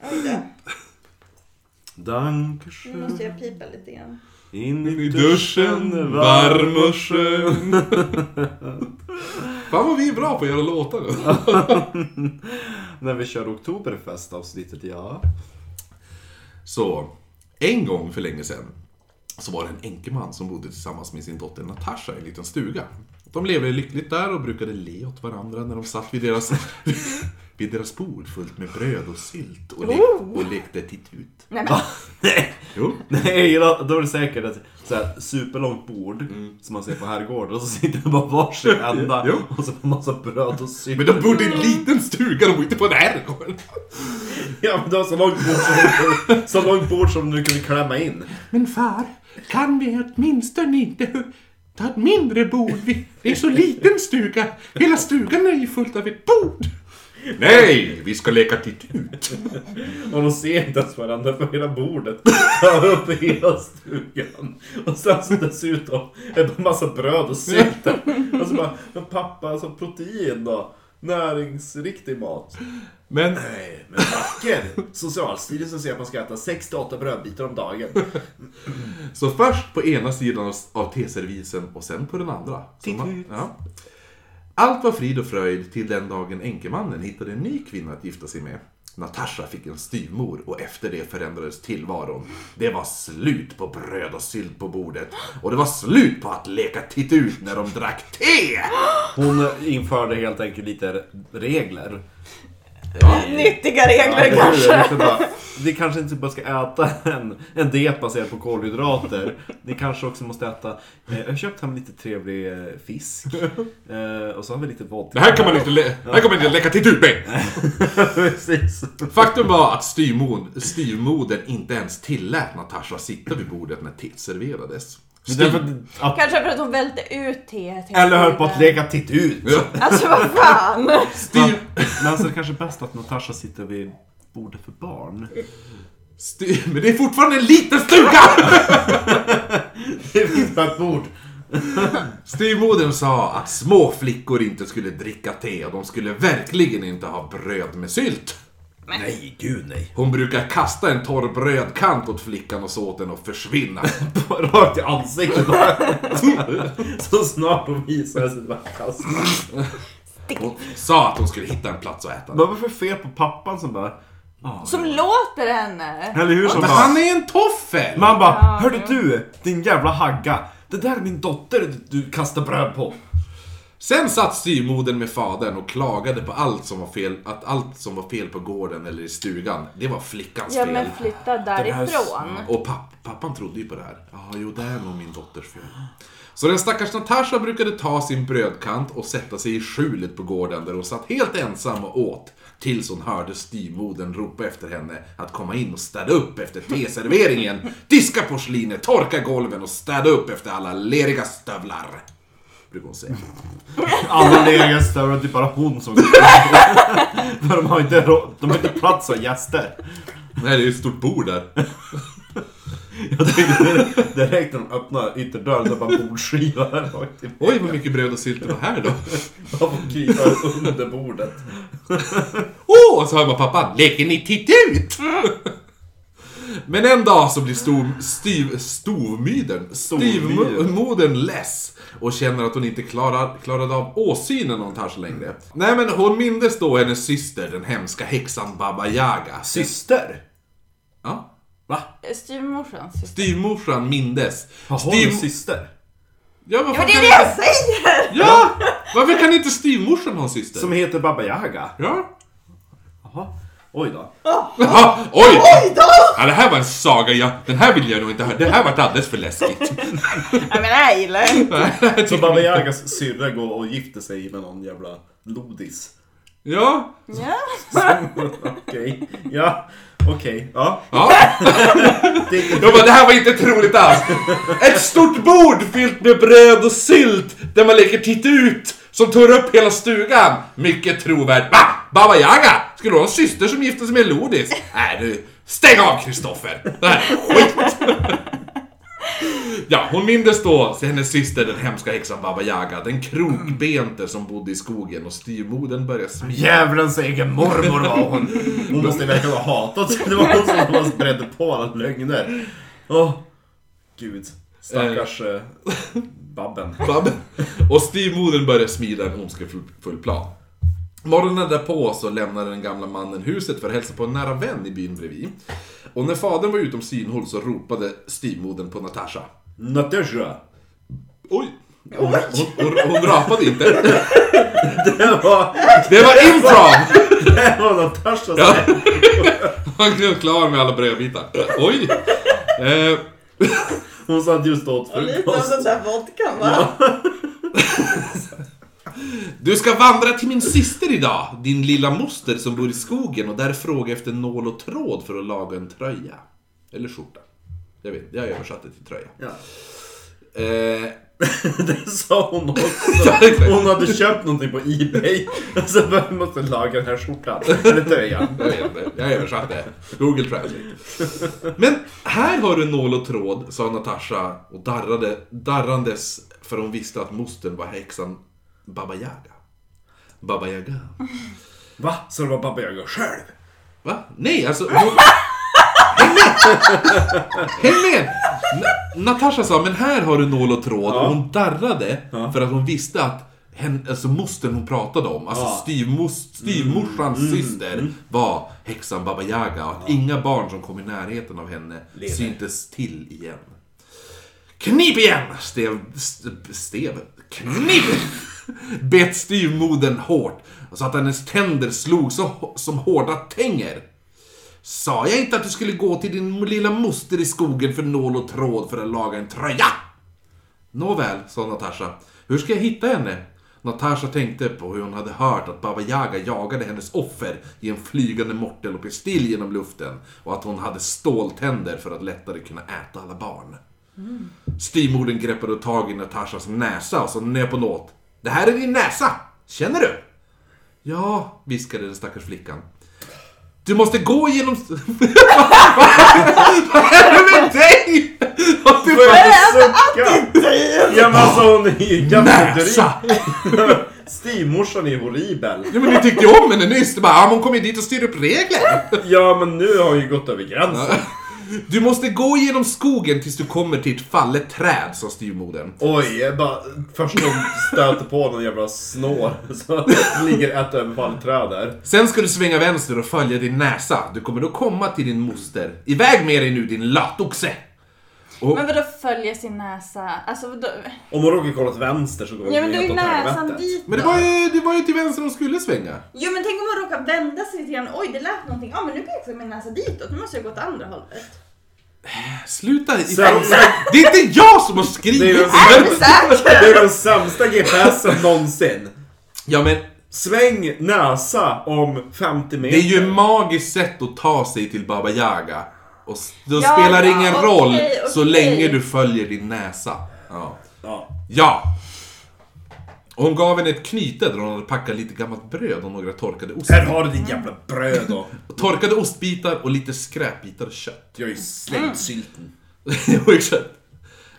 Oj då, nu
Dankeschön.
måste jag pipa lite grann.
In
In i duschen, varm och skön Fan vad vi är bra på att göra låtar nu.
När vi kör Oktoberfest-avsnittet, ja.
Så, en gång för länge sedan så var det en enkeman som bodde tillsammans med sin dotter Natasha i en liten stuga. De levde lyckligt där och brukade le åt varandra när de satt vid deras, vid deras bord fullt med bröd och sylt och, lek, och lekte tittut.
Nej men,
Jo,
Nej, då, då är det säkert ett så här, superlångt bord som man ser på herrgården och så sitter det bara varsin ända
Mm. Jo.
och så får massa bröd och sylt.
men de bodde i en liten stuga, de bodde inte på en herrgård.
Ja, men det var så långt bord som, så långt bord som du kunde klämma in.
Men far, kan vi åtminstone inte ta ett mindre bord? Vi, det är så liten stuga. Hela stugan är ju fullt av ett bord. Nej, vi ska leka tittut.
Och de ser inte ens varandra för hela bordet tar upp i hela stugan. Och sen så dessutom är det bara massa bröd och sylt där. Och så bara, men pappa, alltså protein då? Näringsriktig mat.
Men
Nej, men vacker! Socialstyrelsen säger att man ska äta 6-8 brödbitar om dagen.
så först på ena sidan av- av teservisen och sen på den andra. Så man-
Tittut.
ja. Allt var frid och fröjd till den dagen änkemannen hittade en ny kvinna att gifta sig med. Natasha fick en styvmor och efter det förändrades tillvaron. Det var slut på bröd och sylt på bordet och det var slut på att leka tittut när de drack te!
Hon införde helt enkelt lite regler.
Nyttiga regler
Ja,
kanske.
det är lite bara- Ni kanske inte bara ska äta en, en diet baserad på kolhydrater. Ni kanske också måste äta... Eh, jag har köpt hem lite trevlig eh, fisk. Eh, och så har vi lite vodka.
Det här kan man inte, lä- här kan man inte läcka till tuben!
Precis.
Faktum var att styrmodern styrmoder inte ens tillät Natasha sitta vid bordet när te serverades.
Men därför att- att-
Kanske för att hon välte ut teet. hela
Eller höll på att
tiden.
lägga titt ut.
Ja,
Alltså vad fan!
Styr...
Men alltså det är kanske är bäst att Natasha sitter vid bordet för barn.
Styr... Men det är fortfarande en liten stuga!
Det finns bara ett bord.
Styrmodern sa att små flickor inte skulle dricka te och de skulle verkligen inte ha bröd med sylt.
Nej, gud nej.
Hon brukar kasta en torr brödkant åt flickan och så åt den att försvinna.
Rakt i ansiktet bara. Så snart hon visade sig bara kasta.
Hon sa att hon skulle hitta en plats att äta.
Men varför fel på pappan som bara... "Ah."
Som låter henne!
Eller hur som
Men
bara...
han är en toffel!
Man bara,
Ja,
hörde
jo.
du, din jävla hagga. Det där är min dotter du- du kastar bröd på.
Sen satt styvmodern med fadern och klagade på allt som var fel, att allt som var fel på gården eller i stugan, det var flickans
Ja
fel.
men flytta därifrån.
Mm. Och papp, pappan trodde ju på det här. Ja, jo, det är nog min dotters fel. Så den stackars Natasha brukade ta sin brödkant och sätta sig i skjulet på gården där hon satt helt ensam och åt. Tills hon hörde styvmodern ropa efter henne att komma in och städa upp efter teserveringen, diska porslinet, torka golven och städa upp efter alla leriga stövlar. Brukar hon säga.
Alla leriga stövlar, det är bara hon som... För de har inte, rå- de har inte plats som gäster.
Nej, det är ju ett stort bord där.
Jag tänkte direkt när de öppnar ytterdörren, det är bara bordsskiva här rakt i
Oj, vad mycket bröd och sylt det var här då.
Bara får krypa under bordet.
Åh, oh, så hör man pappan. Leker ni titt ut? Men en dag så blir stor, stiv, stovmyden, stivmodern less och känner att hon inte klarar, klarade av åsynen av Tash längre. Nej men hon mindes då hennes syster, den hemska häxan Baba Yaga. Sys-
Syster?
ja,
Va?
Eh,
Styvmorsans syster.
styvmorsan mindes.
Har hon en
Styv-
syster?
ja, varför
Ja men det
kan
är det jag säger!
inte- ja! Varför kan inte styvmorsan ha en syster?
Som heter Baba Yaga?
Ja.
Jaha. Oj då.
Jaha, oj!
Oj då!
Ja, det här var en saga, jag, den här vill jag nog inte höra. Det här vart alldeles för läskigt.
Nej men jag gillar det.
Så Baba Yagas syrra går och gifter sig med någon jävla lodis.
Ja,
Ja.
Okej, ja, okej, ja.
Ja.
Det,
Jag bara, det här var inte troligt alls. Ett stort bord fyllt med bröd och sylt där man leker titt ut som tar upp hela stugan. Mycket trovärdigt. Va? Baba Yaga? Skulle du ha en syster som gifte sig med Lodis? Nej du, stäng av Kristoffer. Det här är skit. Ja, hon mindes då hennes syster, den hemska häxan Baba Yaga, den krokbente som bodde i skogen och styvmodern började smita.
Djävulens egen mormor var hon.
hon måste verkligen ha hatat sig. Det var hon som bara spredde på alla lögner. Åh, gud. Stackars eh. Babben.
Babben. Och styvmodern började smida en ondskefull plan. Morgonen därpå så lämnade den gamla mannen huset för att hälsa på en nära vän i byn bredvid. Och när fadern var utom synhåll så ropade styvmodern på Natasha.
Natasha.
Oj! Hon, hon, hon, hon rapade inte.
Det var,
Det var improv!
det var Natasha.
Ja. Han blev klar med alla brödbitar. Oj! Eh,
Hon satt just och åt
Lite av
frukost.
den där vodkan va?
Du ska vandra till min syster idag, din lilla moster som bor i skogen och där fråga efter nål och tråd för att laga en tröja. Eller skjorta. Jag vet, jag översatte till tröja.
Ja.
Eh,
Det sa hon också.
Ja, exakt.
Hon hade köpt någonting på Ebay. Så bara, vi måste laga den här skjortan. Eller tröjan.
jag, vet inte, jag översatte. Google Translate. Men här har du nål och tråd, sa Natasha och darrade, darrandes för hon visste att mostern var häxan Baba Yaga. Baba Yaga.
Va? Så det var Baba Yaga själv?
Va? Nej, alltså... Hon... Häng med! Häng med! Na- Natasha sa, men här har du nål och tråd. Och hon darrade för att hon visste att hen, alltså mostern hon pratade om, alltså
Ja.
styvmos, styvmorsans syster, var häxan Baba Yaga. Och att inga barn som kom i närheten av henne syntes till igen. Knip igen! Stev... st- Stev? Knip! bet styvmodern hårt så att hennes tänder slog så, som hårda tänger. Sa jag inte att du skulle gå till din lilla moster i skogen för nål och tråd för att laga en tröja? Nåväl, sa Natasha. Hur ska jag hitta henne? Natasha tänkte på hur hon hade hört att Baba Yaga jagade hennes offer i en flygande mortel och pestilj genom luften och att hon hade ståltänder för att lättare kunna äta alla barn. Styvmodern greppade tag i Natashas näsa och sa neponåt. Det här är din näsa! Känner du? Ja, viskade den stackars flickan. Du måste gå genom... Vad är det med dig? Och du bara,
alltså,
Sucka! Ja men alltså hon är ju
Näsa!
jättedryg. Styvmorsan är horribel.
Ja, men ni tyckte ju om henne nyss. Du bara, ja, men hon kommer ju dit och styr upp regler.
Ja men nu har hon ju gått över gränsen.
Du måste gå genom skogen tills du kommer till ett fallet träd, sa styvmodern.
Oj, jag bara, först hon stöter på någon jävla snår så ligger ett över fallträdet.
Sen ska du svänga vänster och följa din näsa. Du kommer då komma till din moster. Iväg med dig nu, din latoxe!
Men vadå följa sin näsa? Alltså vadå?
Om hon råkar kolla till vänster så går hon
Ja men då
helt
är
åt
näsan
helvete.
dit
Men det
då.
var ju, det var ju till vänster de skulle svänga.
Jo men tänk om man råkar vända sig lite grann. Oj det lät någonting. Ja men nu pekar min näsa ditåt. Nu måste jag gå åt andra hållet.
Sluta! i-
Sen- sen-
Det är inte jag som har
Det är
skrivit!
ju-
Är du säker?
Det är den sämsta GPSen någonsin.
Ja, men
Sväng näsa om 50 meter.
det är ju ett magiskt sätt att ta sig till Baba Yaga. Och s- då
Ja,
spelar det
ja,
ingen
okej,
roll så
okej.
länge du följer din näsa. Ja.
Ja.
Ja! Och hon gav henne ett knyte där hon hade packat lite gammalt bröd och några torkade
Här
ostbitar.
har du ditt jävla bröd då.
Torkade ostbitar och lite skräpbitar och kött.
Jag har ju slängt sylten.
Och kött.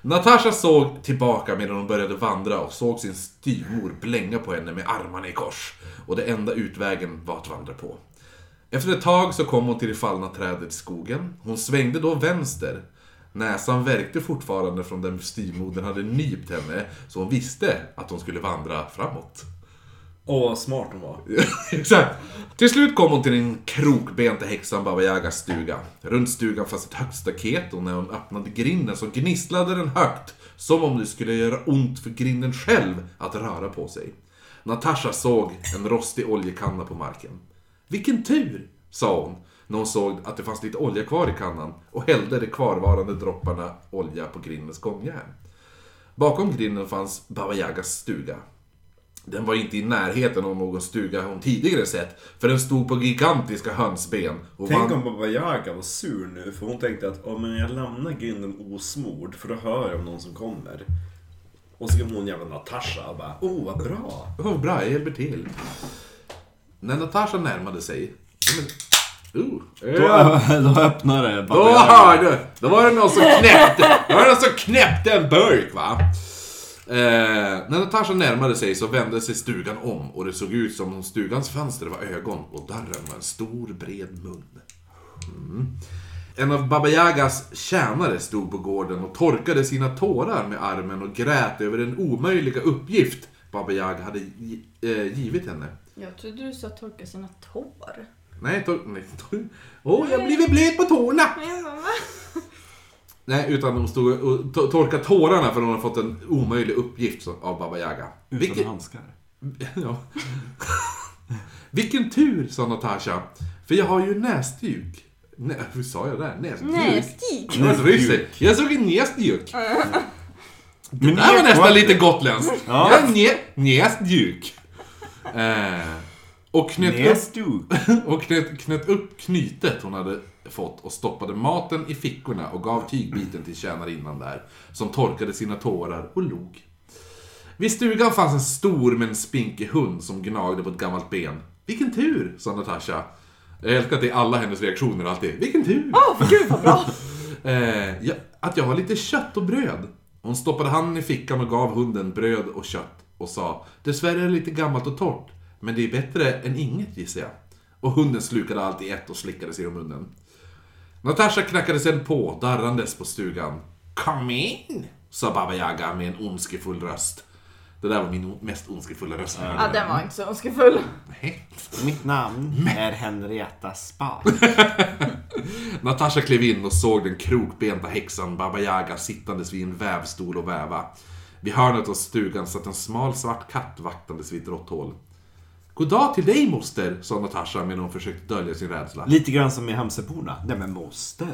Natasha såg tillbaka medan hon började vandra och såg sin styvmor blänga på henne med armarna i kors. Och det enda utvägen var att vandra på. Efter ett tag så kom hon till det fallna trädet i skogen. Hon svängde då vänster. Näsan värkte fortfarande från den styvmodern hade nypt henne, så hon visste att hon skulle vandra framåt.
Åh vad smart hon var.
Exakt. Till slut kom hon till den krokbenta häxan Baba Yagas stuga. Runt stugan fanns ett högt staket och när hon öppnade grinden så gnisslade den högt. Som om det skulle göra ont för grinden själv att röra på sig. Natasha såg en rostig oljekanna på marken. Vilken tur, sa hon när hon såg att det fanns lite olja kvar i kannan och hällde de kvarvarande dropparna olja på grindens gångjärn. Bakom grinden fanns Baba Yagas stuga. Den var inte i närheten av någon stuga hon tidigare sett, för den stod på gigantiska hönsben. Och
Tänk
van-
om Baba Yaga var sur nu för hon tänkte att "Ja, men jag lämnar grinden osmord för då hör jag om någon som kommer. Och så kom hon jävla Natasha och bara oh vad bra.
Åh, bra, jag hjälper till. När Natasha närmade sig... Men, uh,
Då, då öppnar det.
då
Baba Yaga.
hörde... Då var det någon som knäppte... Då var det någon som knäppte en burk, va? Eh, när Natasha närmade sig så vände sig stugan om och det såg ut som om stugans fönster var ögon och dörren var en stor bred mun. Mm. En av Baba Yagas tjänare stod på gården och torkade sina tårar med armen och grät över den omöjliga uppgift Baba Yaga hade gi- eh, givit henne.
Jag trodde du sa torka sina tår.
Nej, to- nej to- Åh, jag har blivit blöt på tårna! Nej, utan hon stod och to- torkade tårarna för hon hade fått en omöjlig uppgift som- av Baba Yaga.
Utan
Vilket-
handskar.
Ja. Vilken tur, sa Natasha. För jag har ju näsduk. Nä, hur sa jag det? där? Näsduk?
Nej, stig.
Jag, var rysse. jag såg en näsduk.
Men
Det här var nästan lite gotländskt.
Ja.
Ja. nä- Näsduk. Eh, och knöt upp,
Näsduk.
och knöt, knöt upp knytet hon hade fått och stoppade maten i fickorna och gav tygbiten till tjänarinnan där, som torkade sina tårar och log. Vid stugan fanns en stor men spinkig hund som gnagde på ett gammalt ben. Vilken tur, sa Natasha. Jag älskar att det är alla hennes reaktioner alltid. Vilken tur!
Åh, gud vad bra.
Eh, ja, att jag har lite kött och bröd. Hon stoppade handen i fickan och gav hunden bröd och kött och sa Dessvärre är det lite gammalt och torrt, men det är bättre än inget gissar jag. Och hunden slukade allt i ett och slickade sig om munnen. Natasha knackade sedan på, darrandes på stugan. Kom in! sa Baba Yaga med en ondskefull röst. Det där var min o- mest ondskefulla röst.
Ja, den var inte så ondskefull.
Nej.
Mitt namn är Henrietta Spahn.
Natasha klev in och såg den krokbenta häxan Baba Yaga sittandes vid en vävstol och väva. Vid hörnet av stugan satt en smal svart katt vaktandes vid ett råtthål. God dag till dig moster, sa Natasha medan hon försökte dölja sin rädsla.
Lite grann som i Hemseborna. Nej men moster.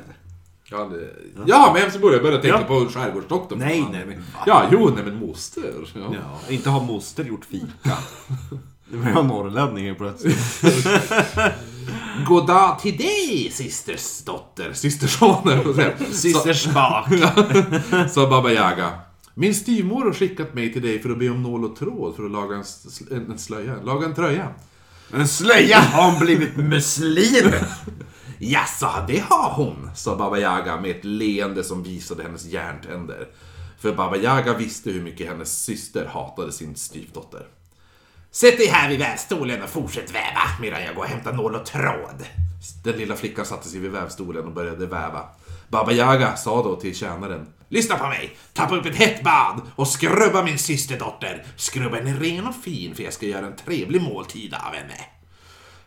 Jag har aldrig... Ja, men jag började börja tänka
Ja.
på skärgårdsdoktorn.
Nej,
Fan.
nej, men-
Ja, jo, nej men moster. Ja.
Ja, inte har moster gjort fika. Nu var jag norrlänning helt plötsligt.
God dag till dig, systersdotter. Systerson, höll jag på att säga.
Systerspak.
sa Baba Yaga. Min styvmor har skickat mig till dig för att be om nål och tråd för att laga en, sl- en en slöja, laga en tröja.
En slöja har hon blivit muslim.
Jaså, det har hon, sa Baba Yaga med ett leende som visade hennes järntänder. För Baba Yaga visste hur mycket hennes syster hatade sin styvdotter. Sätt dig här vid vävstolen och fortsätt väva medan jag går och hämtar nål och tråd. Den lilla flickan satte sig vid vävstolen och började väva. Baba Yaga sa då till tjänaren. Lyssna på mig! Tappa upp ett hett bad och skrubba min systerdotter. Skrubba henne ren och fin för jag ska göra en trevlig måltid av henne.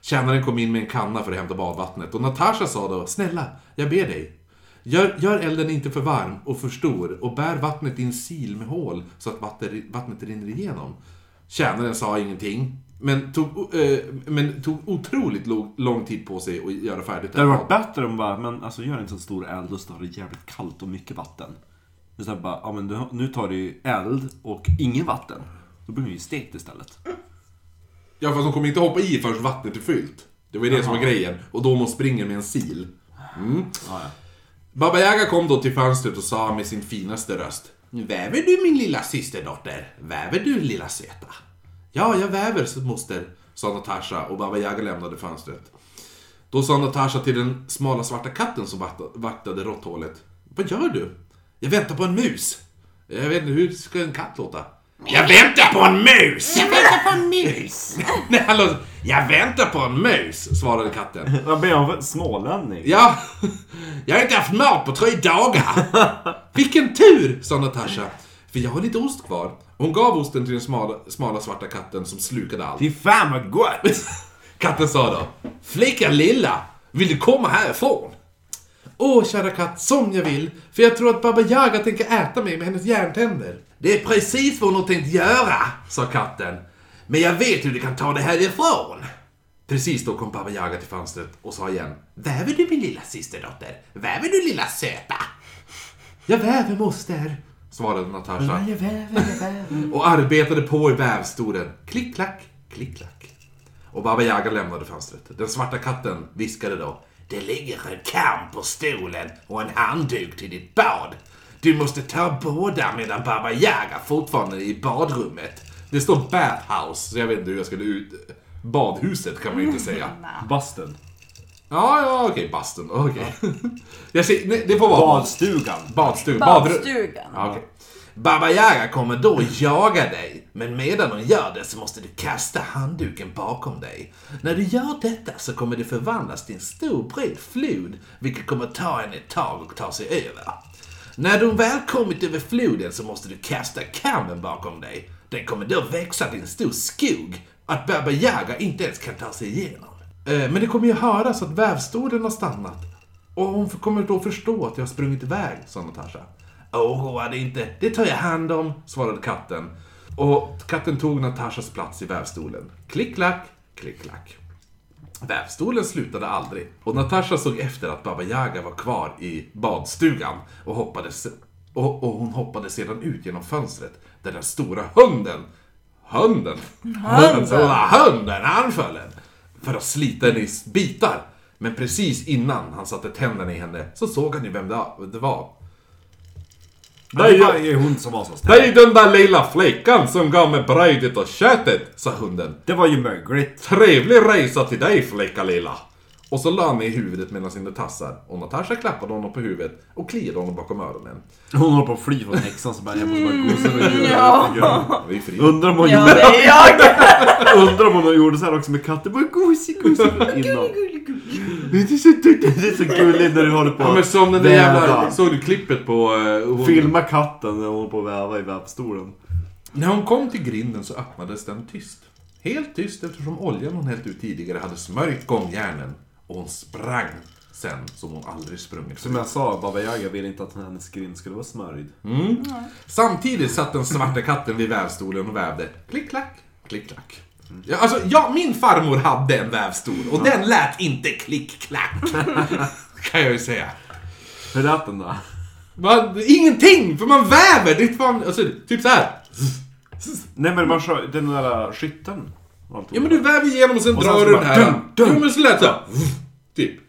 Tjänaren kom in med en kanna för att hämta badvattnet och Natasha sa då Snälla, jag ber dig. Gör, gör elden inte för varm och för stor och bär vattnet i en sil med hål så att vatten, vattnet rinner igenom. Tjänaren sa ingenting, men tog, eh, men tog otroligt lo- lång tid på sig att göra färdigt
Det hade varit bättre om bara, men alltså gör inte så stor eld och så har det jävligt kallt och mycket vatten. Istället bara, ja men du, nu tar du ju eld och ingen vatten. Då blir det ju stekt istället.
Ja, fast de kommer inte hoppa i förrän vattnet är fyllt. Det var ju det som var grejen. Och då måste springa med en sil. Mm.
Ja, ja.
Baba Yaga kom då till fönstret och sa med sin finaste röst. Nu väver du min lilla systerdotter? Väver du lilla söta? Ja, jag väver moster, sa Natasha och Baba Yaga lämnade fönstret. Då sa Natasha till den smala svarta katten som vakta- vaktade råtthålet. Vad gör du? Jag väntar på en mus. Jag vet inte, hur ska en katt låta? Jag väntar på en mus! Jag väntar på en mus! Nej, han låter... Jag väntar på en mus, svarade katten.
Jag ber om smålänning.
Ja, jag har inte haft mat på tre dagar. Vilken tur, sa Natasha. För jag har lite ost kvar. Hon gav osten till den smala, smala svarta katten som slukade allt.
Fy fan vad gott!
Katten sa då. Flicka lilla, vill du komma härifrån? Åh, kära katt, som jag vill. För jag tror att Baba Yaga tänker äta mig med hennes järntänder. Det är precis vad hon har tänkt göra, sa katten. Men jag vet hur du kan ta det härifrån. Precis då kom Baba Yaga till fönstret och sa igen. Väver du min lilla systerdotter? Väver du lilla söta? Jag väver moster, svarade Natasha.
Jag väver, jag väver.
och arbetade på i vävstolen. Klick, klack, klick, klack. Och Baba Yaga lämnade fönstret. Den svarta katten viskade då. Det ligger en kam på stolen och en handduk till ditt bad. Du måste ta båda medan Baba Yaga fortfarande är i badrummet. Det står bathhouse, så jag vet inte hur jag skulle ut... Badhuset kan man ju inte säga.
Bastun.
Ja, ja, okej, bastun. Okej. Jag ser, nej, det får vara...
Badstugan.
Badstugan. Badru-
Badstugan.
Ja, okej. Baba Yaga kommer då jaga dig, men medan hon gör det så måste du kasta handduken bakom dig. När du gör detta så kommer du förvandlas till en stor bred flod, vilket kommer ta henne ett tag och ta sig över. När du väl kommit över floden så måste du kasta kammen bakom dig. Den kommer då växa till en stor skog, att Baba Yaga inte ens kan ta sig igenom. Eh, Men det kommer ju höras att vävstolen har stannat. Och hon kommer då förstå att jag har sprungit iväg, sa Natasha. Oroa dig inte, det tar jag hand om, svarade katten. Och katten tog Natashas plats i vävstolen. Klick, klack, klick, klack. Vävstolen slutade aldrig och Natasha såg efter att Baba Yaga var kvar i badstugan och, hoppades, och, och hon hoppade sedan ut genom fönstret där den stora hunden, hunden, den stora hunden anföll henne för att slita henne i bitar. Men precis innan han satte tänderna i henne så såg han ju vem det det var.
Det var ju hon som var så
Det
snäll.
är ju den där lilla flickan som gav mig brödet och köttet, sa hunden.
Det var ju mögligt.
Trevlig resa till dig flicka lilla! Och så la han ner huvudet mellan sina tassar och Natasha klappade honom på huvudet och kliade honom bakom öronen.
Hon håller på att fly från häxan så bara, jag måste bara gosa med djuren.
Han var ju fri.
Undrar om hon
Ja,
gjorde
det är jag!
Undrar om hon gjorde så här också med katter. Bara gosig, gosig. Innan. Det är så, det är så gulligt när du håller på
Ja, men
att
som den där jävla...
Väva.
Såg du klippet på... eh, hon-
filma katten när hon håller på att väva i vävstolen.
När hon kom till grinden så öppnades den tyst. Helt tyst eftersom oljan hon hällt ut tidigare hade smörjt gångjärnen. Och hon sprang sen som hon aldrig sprungit
Som jag sa, Baba Yaga ville inte att hennes grind skulle vara smörjd.
Samtidigt satt den svarta katten vid vävstolen och vävde. Klick, klack, klick, klack. Ja, alltså, ja, min farmor hade en vävstol och den lät inte klick, klack. kan jag ju säga.
Hur lät den då?
Man, ingenting, för man väver! Det är fan, alltså, typ så här.
Nej men man kör den där skytten. och allt
Ja men du väver igenom och sen
Och sen
drar
så
du
bara
den här.
dun, dun.
Jo men så lät det så här. Typ.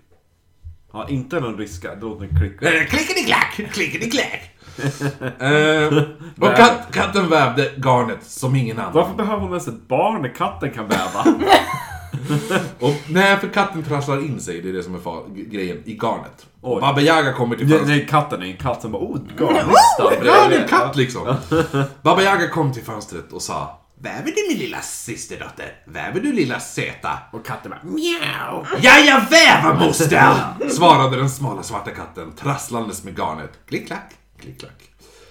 Ja, inte någon ryska. Det låter en klick.
Eh, Klickety-klack, klickety-klack. Eh, och kat, katten vävde garnet som ingen annan.
Varför behöver hon ens ett barn när katten kan väva?
Och, nej, för katten trasslar in sig, det är det som är far, grejen, i garnet.
Oj.
Baba Yaga kommer till
nej,
fönstret.
nej, katten är en katt som bara oh, garnlista.
Ja, det är en katt liksom. Baba Yaga kom till fönstret och sa Väver du min lilla systerdotter? Väver du lilla söta?
Och katten bara "Oh, miau.
Ja, jag väver moster! Svarade den smala svarta katten trasslandes med garnet. Klick, klack, klick, klack.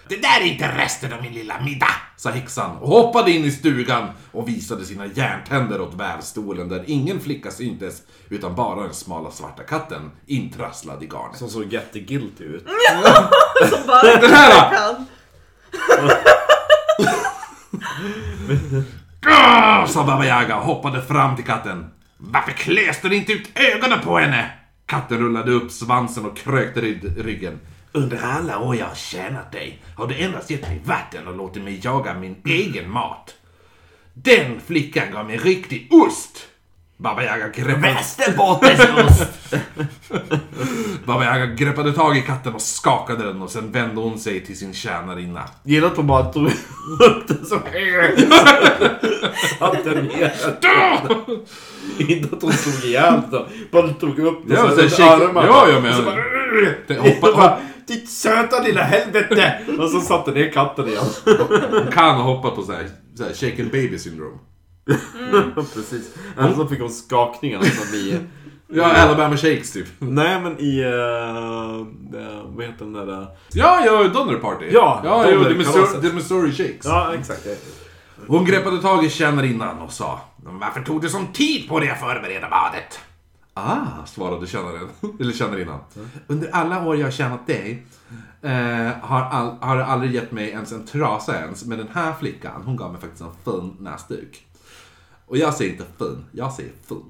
Det där är inte resten av min lilla middag! Sa häxan och hoppade in i stugan och visade sina järntänder åt vävstolen där ingen flicka syntes utan bara den smala svarta katten intrasslad i garnet.
Som såg jätteguilty ut.
Som bara
Den här då?
kan.
Grr, sa Baba Yaga och hoppade fram till katten. Varför klöste ni inte ut ögonen på henne? Katten rullade upp svansen och krökte ryd- ryggen. Under alla år jag har tjänat dig har du endast gett mig vatten och låtit mig jaga min egen mat. Den flickan gav mig riktig ost! Baba Yaga greppade...
Västerbottensost!
Baba Yaga greppade tag i katten och skakade den och sen vände hon sig till sin tjänarinna.
Gillar att hon bara tog upp den så här.
Satte ner. Inte att hon slog ihjäl den. Bara tog upp den
Ja,
så
sen
här
kik-
under armarna.
Ja, jag menar-
Och så bara-
Hoppa-
Och bara, Ditt söta lilla helvete! Och så satte ner katten igen.
Hon kan ha hoppat på så här, så här shaken baby syndrom.
Precis. Eller så fick hon skakningar liksom i...
Ja, Alabama shakes typ.
Nej men i... eh, eh, vad heter den där... eh,
Ja, ja, Donner Party.
Ja,
ja jo, the,
Donnerkalaset.
Missouri, the Missouri Shakes.
Ja exakt.
Hon greppade tag i tjänarinnan och sa Varför tog du sån tid på dig att förbereda badet? Ah, svarade tjänaren, eller tjänarinnan. Under alla år jag har tjänat dig eh, har, all, har du aldrig gett mig ens en trasa ens, men den här flickan, hon gav mig faktiskt en fin näsduk. Och jag säger inte fin, jag säger fin.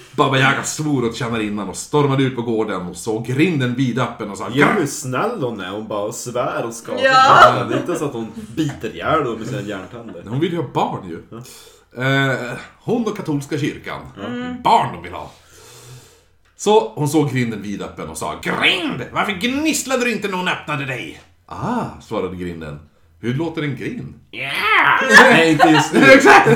Baba Yaga svor åt tjänarinnan och stormade ut på gården och såg grinden vidöppen och sa
Gud hur snäll hon är. Hon bara svär och skakar
Ja.
katten. Det är inte så att hon biter ihjäl dem med sina järntänder.
Hon vill ju ha barn ju. Eh, hon och katolska kyrkan. Mm. Barn de vill ha. Så hon såg grinden vidöppen och sa Grind! Varför gnisslade du inte när hon öppnade dig? Ah, svarade grinden. Hur låter en grind?
Nej inte just nu.
Exakt!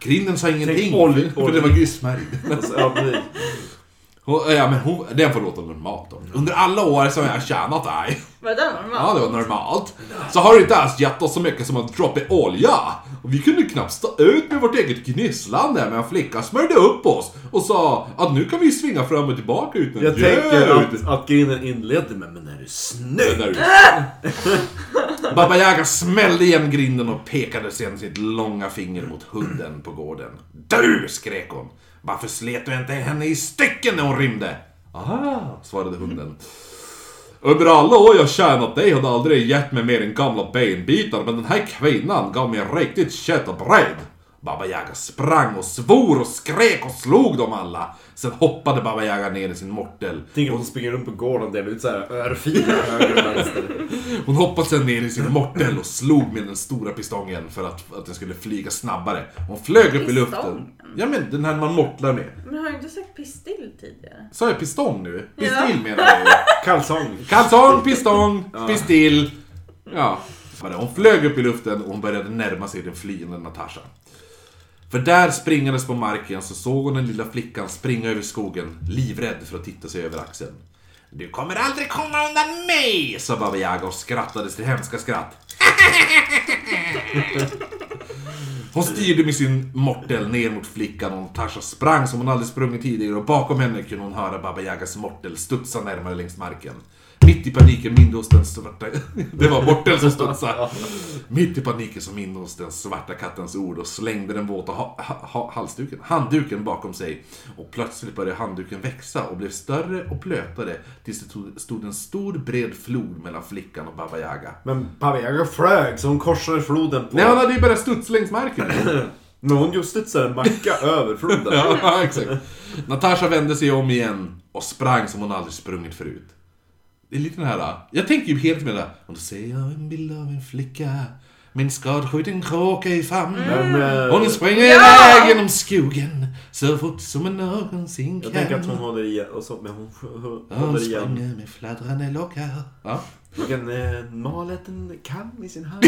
Grinden sa ingenting.
olj-
för det var grismärg.
Alltså, ja, precis.
Hon- Ja, men hon, den får låta normalt då. Under alla år som jag har tjänat dig.
Var det normalt?
Ja, det var normalt. Så har du inte ens gett oss så mycket som en droppe olja. Och vi kunde knappt stå ut med vårt eget gnisslande, men flickan smörjde upp oss och sa att nu kan vi svinga fram och tillbaka utan
Jag
ljud.
tänker att, att grinden inledde med Men är du snygg?
Den där- Baba Yaga smällde igen grinden och pekade sedan sitt långa finger mot hunden på gården. Du! skrek hon. Varför slet du inte henne i stycken när hon rymde? Aha, svarade hunden. Under alla år jag tjänat dig har du aldrig gett mig mer än gamla benbitar, men den här kvinnan gav mig riktigt kött och bröd. Baba Yaga sprang och svor och skrek och slog dem alla. Sen hoppade Baba Yaga ner i sin mortel
Tänker hon springer runt på gården och delar ut så här
äh,
örfilar höger och vänster.
Hon hoppade sen ner i sin mortel och slog med den stora pistongen för att, att den skulle flyga snabbare. Hon flög upp i luften.
Pistong?
Ja men den här man mortlar med.
Men har jag inte sagt pistill tidigare?
Sa jag pistong nu? Pistill
Ja.
menar jag ju.
Kalsong.
Kalsong, pistong, pistill. Ja. Hon flög upp i luften och hon började närma sig den flyende Natasha. För där springandes på marken så såg hon den lilla flickan springa över skogen, livrädd för att titta sig över axeln. Du kommer aldrig komma undan mig! sa Baba Yaga och skrattade sitt hemska skratt. Hon styrde med sin mortel ner mot flickan och Natasha sprang som hon aldrig sprungit tidigare och bakom henne kunde hon höra Baba Yagas mortel studsa närmare längs marken. Mitt i paniken mindes den svarta... Det var Bortel som studsade. Mitt i paniken så mindes den svarta kattens ord och slängde den våta ha- ha- ha- halsduken, handduken bakom sig. Och plötsligt började handduken växa och blev större och blötare tills det tog- stod en stor bred flod mellan flickan och Baba Yaga.
Men Pavejaga flög så hon korsade floden på...
Nej, han hade ju börjat studsa längs marken.
Men hon just studsade en macka över floden.
ja, exakt. Natasha vände sig om igen och sprang som hon aldrig sprungit förut. Det är lite den här... Jag tänker ju helt med det här. Och då ser jag en bild av en flicka med en skadskjuten kråka i famnen.
Men, eh,
Hon springer iväg genom skogen så fort som hon någonsin kan.
jag tänker att hon håller i... Och så, men hon hon
Ja, Hon
håller igen.
springer med fladdrande lockar. Ja.
Och en eh, malleten kam i sin hand.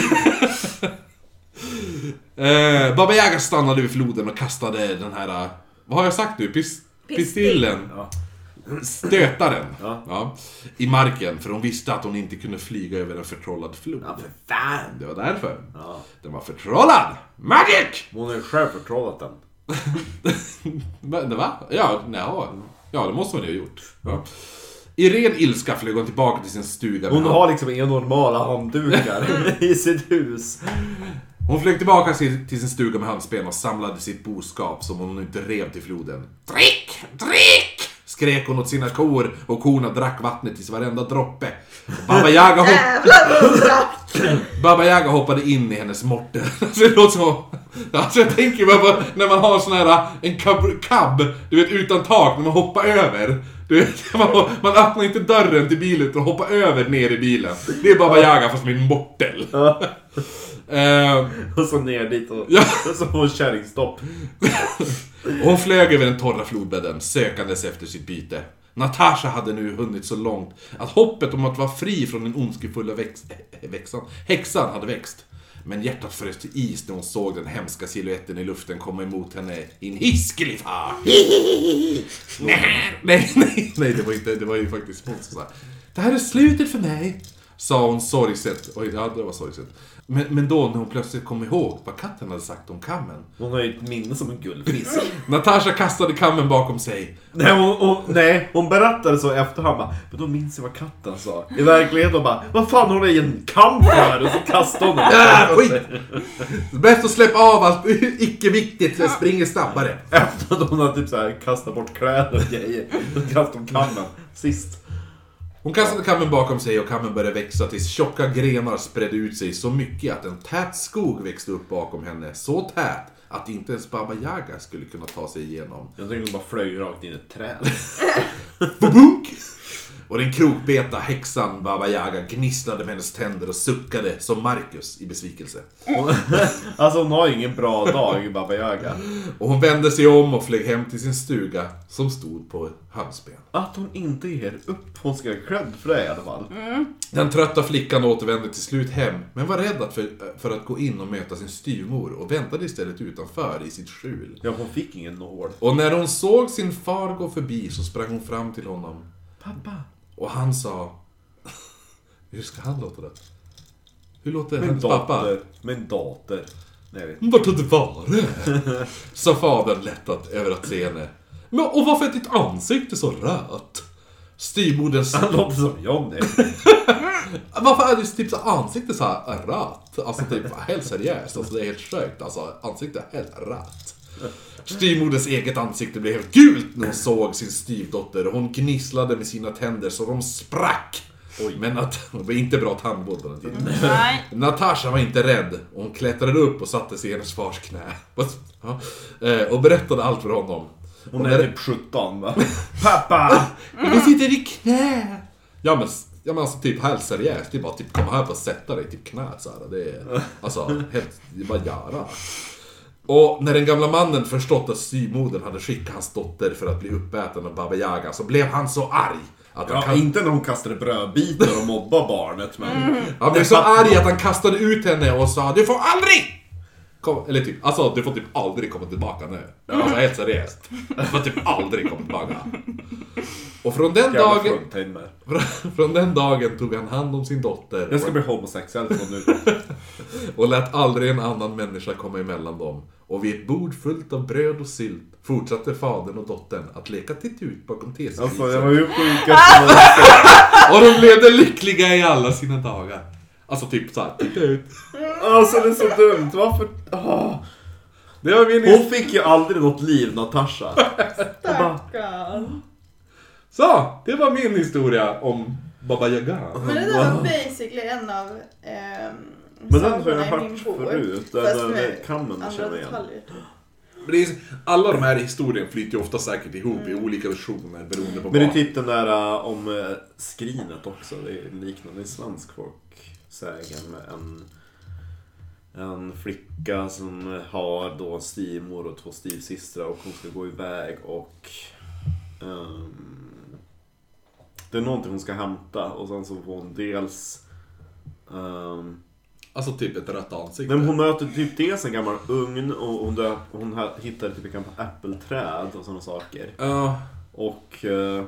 Eh, Baba Yaga stannade vid floden och kastade den här... eh, Vad har jag sagt nu? Pis- pistillen?
Ja.
Stötaren.
Ja.
I marken, för hon visste att hon inte kunde flyga över en förtrollad flod.
Ja, för fan!
Det var därför.
Ja.
Den var förtrollad! Magic!
Hon har ju själv förtrollat den.
Va? va? Ja, nja. ja, det måste hon ju ha gjort. Ja. I ren ilska flög hon tillbaka till sin stuga.
Hon
med
har liksom inga normala handdukar i sitt hus.
Hon flög tillbaka till till sin stuga med handspen och samlade sitt boskap som hon inte rev till floden. Drick! Drick! Skrek hon åt sina kor och korna drack vattnet tills varenda droppe. Baba Yaga, hopp-
Jävla bullskratt!
Baba Yaga hoppade in i hennes morter. Alltså, det låter som... Alltså jag tänker bara på när man har sån här, eh, en cab, cab, du vet utan tak, när man hoppar över. Du vet, man, man öppnar inte dörren till bilen utan hoppar över ner i bilen. Det är Baba Yaga fast med en mortel. Ehm,
Och så ner dit och...
Ja.
Och så får hon kärringstopp.
Och hon flög över den torra flodbädden, sökandes efter sitt byte. Natasha hade nu hunnit så långt att hoppet om att vara fri från den ondskefulla väx- äh, växan, häxan hade växt. Men hjärtat frös till is när hon såg den hemska siluetten i luften komma emot henne i en hiskelig fart. nej, nej, nej, nej, det var inte, det var ju faktiskt spons så här. Det här är slutet för mig, sa hon sorgset. Oj, ja, det var sorgset. Men, men då när hon plötsligt kom ihåg vad katten hade sagt om kammen
Hon har ju ett minne som en guldfisk.
Natasha kastade kammen bakom sig.
Nej hon, hon, nej, hon berättade så i efterhand bara, men då minns jag vad katten sa. I verkligheten hon bara, vad fan har du i en kamp här? Och så kastade hon
Ah,
den.
skit! Bäst att släppa av allt icke-viktigt, jag springer snabbare.
Efter att hon har typ så här kastat bort kläder och grejer. Så kastade hon kammen sist.
Hon kastade kammen bakom sig och kammen började växa tills tjocka grenar spredde ut sig så mycket att en tät skog växte upp bakom henne. Så tät att inte ens Baba Yaga skulle kunna ta sig igenom.
Jag tänkte hon bara flög rakt in i ett träd.
Bubunk! Och den krokbeta häxan Baba Yaga gnisslade med hennes tänder och suckade som Marcus i besvikelse.
Hon, alltså hon har ju ingen bra dag, Baba Yaga.
Och hon vände sig om och flög hem till sin stuga som stod på halsben.
Att hon inte ger upp. Hon ska ha cred för det i alla fall.
Den trötta flickan återvände till slut hem, men var rädd att för, för att gå in och möta sin styvmor och väntade istället utanför i sitt skjul.
Ja, hon fick ingen nål.
Och när hon såg sin far gå förbi så sprang hon fram till honom
Pappa.
och han sa... Hur ska han låta det? Hur låter
Min
hennes pappa?
dater. Min dater. Nej, jag vet inte.
Vart har du varit? sa fadern lättat över att se henne. Men, och varför är ditt ansikte så rött? Styvmodern
Han låter som Johnny.
Varför är det typ så ansikte så här rött? Alltså typ helt seriöst, alltså det är helt sjukt. Alltså ansikte är helt rött. Styvmoderns eget ansikte blev helt gult när hon såg sin styvdotter och hon gnisslade med sina tänder så de sprack.
Oj.
Men att, det var inte bra tandvård på den tiden.
Nej.
Natasha var inte rädd och hon klättrade upp och satte sig i hennes fars knä. Ja. Eh, Och berättade allt för honom.
Hon
Och
är
när-
typ 17 va? Pappa!
Du sitter i knä! Ja men, ja, men alltså typ helt seriöst, det är bara typ komma här och sätta dig i typ knät så här. Det är, alltså, helt, det är bara göra. Och när den gamla mannen förstått att styvmodern hade skickat hans dotter för att bli uppäten av Baba Yaga så blev han så arg att han,
Ja,
kan,
inte när hon kastade brödbitar och mobbade barnet men...
han blev så arg att han kastade ut henne och sa Du får aldrig! Kom, eller typ, alltså du får typ aldrig komma tillbaka nu. Alltså helt seriöst. Du får typ aldrig komma tillbaka. Och från den
Jävla
dagen...
fruntimmer.
Från den dagen tog han hand om sin dotter
Jag ska bli homosexuell från nu.
och lät aldrig en annan människa komma emellan dem. Och vid ett bord fullt av bröd och sylt fortsatte fadern och dottern att leka titt ut bakom
Alltså det
teskrisen.
var ju sjukaste
Och de levde lyckliga i alla sina dagar. Alltså typ såhär, titta ut.
Alltså det är så dumt, varför? Ah.
Det var min
Hon fick ju aldrig något liv, Natasha.
Stackarn.
Så, det var min historia om Baba Yaga.
Men det där var basically en av ehm,
Men den har jag
sagorna i min
hört
bok.
förut. Den
Fast
där
med
med kammen
Andra
känner jag igen.
detaljer. typ.
Men det är, alla de här historierna flyter ju ofta säkert ihop i olika versioner beroende på
Men det är
vad.
typ den där äh, om äh, skrinet också. Det är liknande i svensk folksägen med en, en flicka som har då en styvmor och två styvsystrar och hon ska gå iväg och ehm, det är någonting hon ska hämta och sen så får hon dels ehm,
Alltså typ ett rött ansikte.
Nej, men hon möter typ dels en gammal ugn och hon, dö- hon här- hittar typ ett gammalt äppelträd och sådana saker.
Ja.
Och... eh,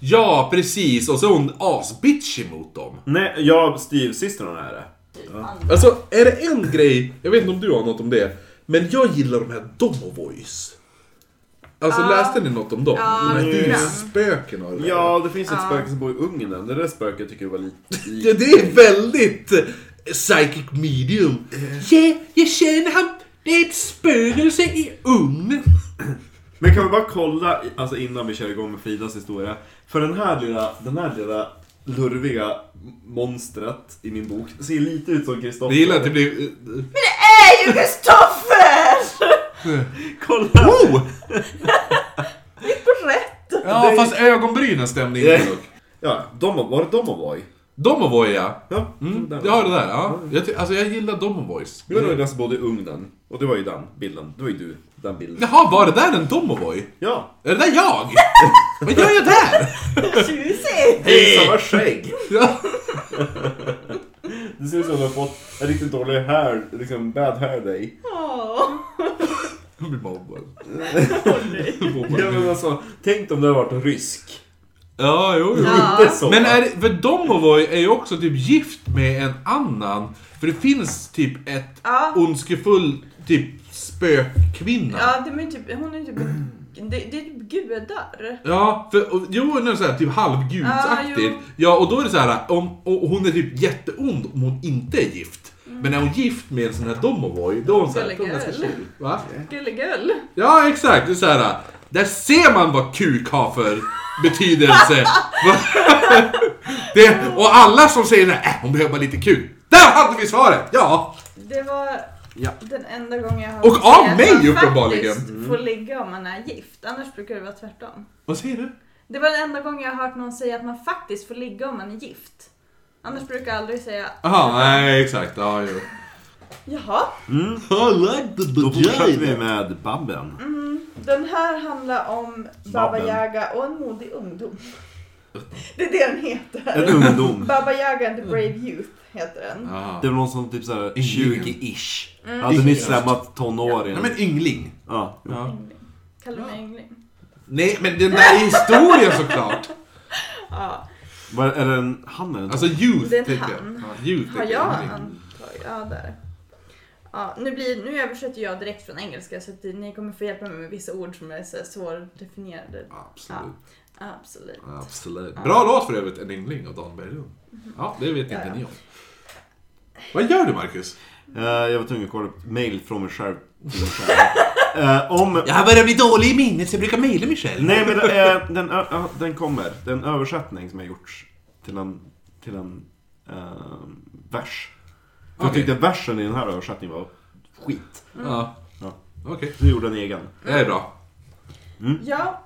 ja, precis. Och så är hon asbitchig mot dem.
nej, jag styvsystrarna är det.
Alltså, är det en grej, jag vet inte om du har något om det, men jag gillar de här domovoys. Alltså läste ni något om dem?
Ja,
de här
lite grann.
husspökena och det där.
Ja, det finns ett spöke som bor i ugnen. Det där spöket tycker jag var lite...
Ja, det är väldigt eh, psychic medium. Ja, jag känner han. Det är ett spökelse i ugnen.
Men kan vi bara kolla, i- alltså innan vi kör igång med Fridas historia. För den här lilla, den här lilla lurviga monstret i min bok ser lite ut som Kristoffer.
Jag gillar att det blir... eh,
Är ju Kristoffer!
Kolla!
Ja, fast ögonbrynen stämde inte dock.
Ja, Domo- var det Domovoy?
Domovoy ja.
Ja,
Mm,
den
jag har det där. Ja. Jag, ty- alltså jag gillar Domovoys.
Det var nog den som bodde i ugnen. Och det var ju den bilden. Det var ju du, den bilden.
Jaha, var det där en Domovoy?
Ja!
Är det där jag? Vad gör jag där?
Tjusigt!
Hej! Samma skägg!
Ja.
Det ser ut som att du har fått en riktigt dålig hair, liksom bad hair day.
Åh,
Jag blir mobbad.
Ja,
Mobbad.
men alltså, tänk om det hade varit en rysk.
Ja, jo, jo.
Inte så.
Men är, det- för Domovoy är ju också typ gift med en annan. För det finns typ ett
Ja.
ondskefull typ spökkvinna. Ja.
Ja, det är ju typ, hon är ju typ... Det, det är typ gudar.
för, och, jo, nu är det så här, typ halvgudsaktig.
Ja, jo.
ja, och då är det så här, om, och och hon är typ jätteond om hon inte är gift. Men när hon är gift med en sån här Domovoy, då är hon så här, då är hon ganska
Gullegul.
chill. Va?
Gullegull.
Ja, exakt. Det är så här, där ser man vad kuk har för betydelse. Va- det, och alla som säger nej, äh, hon behöver bara lite kuk. Där hade vi svaret! Ja!
Det var
Ja.
den enda gången jag har
Och
sett
av
att
mig
man
uppenbarligen. Mm.
faktiskt får ligga om man är gift. Annars brukar det vara tvärtom.
Vad säger du?
Det var den enda gången jag har hört någon säga att man faktiskt får ligga om man är gift. Annars brukar jag aldrig säga
Jaha, nej exakt. Ja, jo.
Jaha,
I like the
Mm, Då fortsätter vi med Babben.
Mm.
den här handlar om Baba
Babben.
Yaga och en modig ungdom. Det är det den heter.
En ungdom.
Baba Yaga and
Mm.
the Brave Youth heter den.
Jaha.
Det var någon som typ såhär
Ingen.
20-ish.
Mm.
Hade nyss lämnat tonåringen.
Nej men yngling.
Ja.
Ja.
Kallar mig yngling.
Nej men den där historien såklart.
Ja,
Var, är det en han eller en
Alltså youth
Det är en
tänker jag.
han.
Ja, youth
har
tänker
jag
yngling.
antagit. Ja, där. Ja, nu, blir, nu översätter jag direkt från engelska så att ni kommer få hjälpa mig med vissa ord som är så här svårdefinierade.
Absolut.
Absolut.
Absolut. Bra låt för övrigt, En yngling av Dan Berglund. Ja, det vet inte
Mm-hmm. Ja, ja.
ni om. Vad gör du Marcus?
Eh, jag var tvungen att kolla upp mail från mig själv. till mig själv. Eh, om...
Jag börjar bli dålig i minnet så jag brukar mejla mig själv.
Nej men eh, den, ö- ö- den kommer. Det är en översättning som har gjorts till en, till en eh, vers. För Jag
Okej.
tyckte versen i den här översättningen var skit.
Ja.
Ja.
Okej,
Så jag gjorde en egen.
det är bra.
Ja,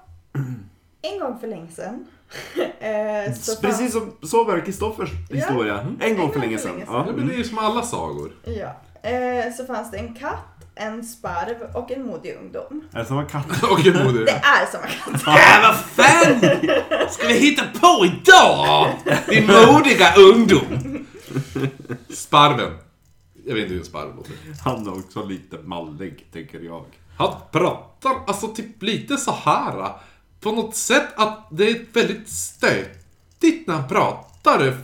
en gång för länge sedan. eh, så fanns-
Precis som så var det Kristoffers
Ja.
historia. En gång för länge sedan. Ja.
Ja, men det är ju som alla sagor.
Ja. Eh, så fanns det en katt, en sparv och en modig ungdom.
Är det samma katt?
Okej, moder.
Det är samma katt.
Äh, vad fan! Ska vi hitta på idag? Din modiga ungdom! Sparven. Jag vet inte hur en sparv låter.
Han är också lite mallig, tänker jag.
Han pratar alltså typ lite så här. äh, På något sätt att det är väldigt stötigt när han pratar. äh,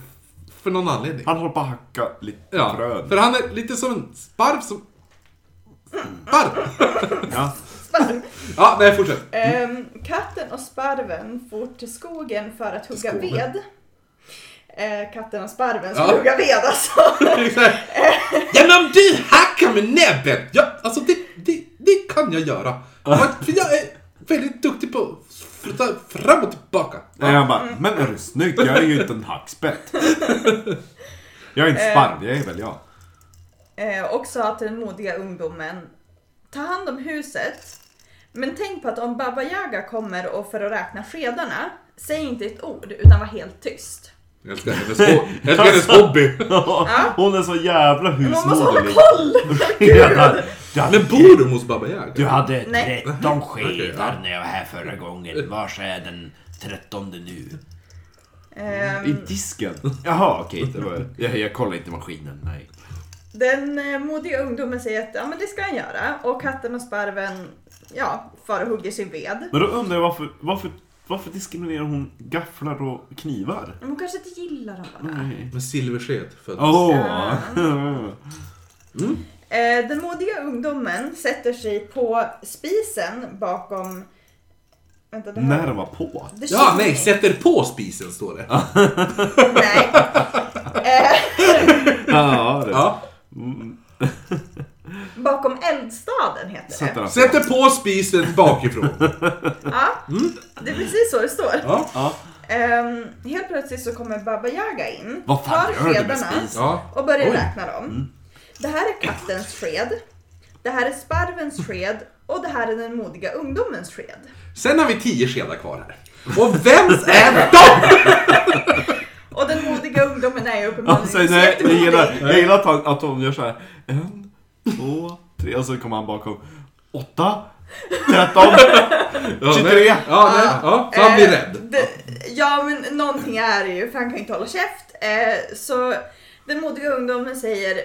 För någon anledning.
Han håller på att hacka lite
Ja,
frön.
för han är lite som en sparv som Barr!
Ja.
Ja, nej fortsätt.
Ehm, katten och sparven for till skogen för att hugga
skogen.
ved. Eh, katten och sparven
Ja.
skulle hugga ved alltså.
Exakt. ja men om du hackar med näbben! Ja, alltså det, det, det kan jag göra. För jag är väldigt duktig på att flytta fram och tillbaka.
Nej, Eh, jag bara, men är du snygg? Jag är ju inte en hackspett. Jag är inte sparv, jag är väl jag.
Eh, och sa till den modiga ungdomen, ta hand om huset. Men tänk på att om Baba Yaga kommer och för att räkna skedarna, säg inte ett ord utan var helt tyst.
Jag älskar hennes, ho- jag älskar hennes hobby.
Hon är så jävla
Men man måste hålla
husmoderlig.
koll!
Redan.
Men bor du hos Baba Yaga?
Du hade
Nej.
13
Okej,
skedar
ja.
när jag var här förra gången. Var är den 13 nu?
Mm.
I
Ehm,
disken? Jaha, okej. det var... jag, jag kollar inte maskinen, nej.
den eh, modiga ungdomen säger att ja, men det ska han göra och katten och sparven ja, far och hugger sin ved.
Men då undrar jag varför, varför, varför diskriminerar hon gafflar och knivar?
Men hon kanske inte gillar dem bara.
Nej.
Med silversked föddes.
Åh!
Eh, Den modiga ungdomen sätter sig på spisen bakom... Vänta, det här...
När den var på?
Det
Ja,
känns-
nej, sätter på spisen står det.
nej.
Ja, det.
Ja.
Bakom eldstaden heter
Sätter
det.
den på.
Sätter på spisen bakifrån.
Ja,
Mm.
det är precis så det står.
Ja.
Ja.
Ehm, helt plötsligt så kommer Baba Yaga in,
Vad fan
tar
gör du med
skedarna
spisen?
Ja.
och börjar
Oj.
räkna dem.
Mm.
Det här är kattens sked, det här är sparvens sked och det här är den modiga ungdomens sked.
Sen har vi tio skedar kvar här. Och vems är de?
Och den modiga ungdomen är ju uppenbarligen
Alltså, nej, jag,
jättemodig.
gillar, jag gillar att, han, att hon gör så här. En, två, tre och så kommer han bakom. Åtta, tretton.
Ja,
23.
nej. Ja, nej. Ja, så han blir
Eh,
rädd.
det- ja, men någonting är det ju, för han kan ju inte hålla käft. Eh, så den modiga ungdomen säger,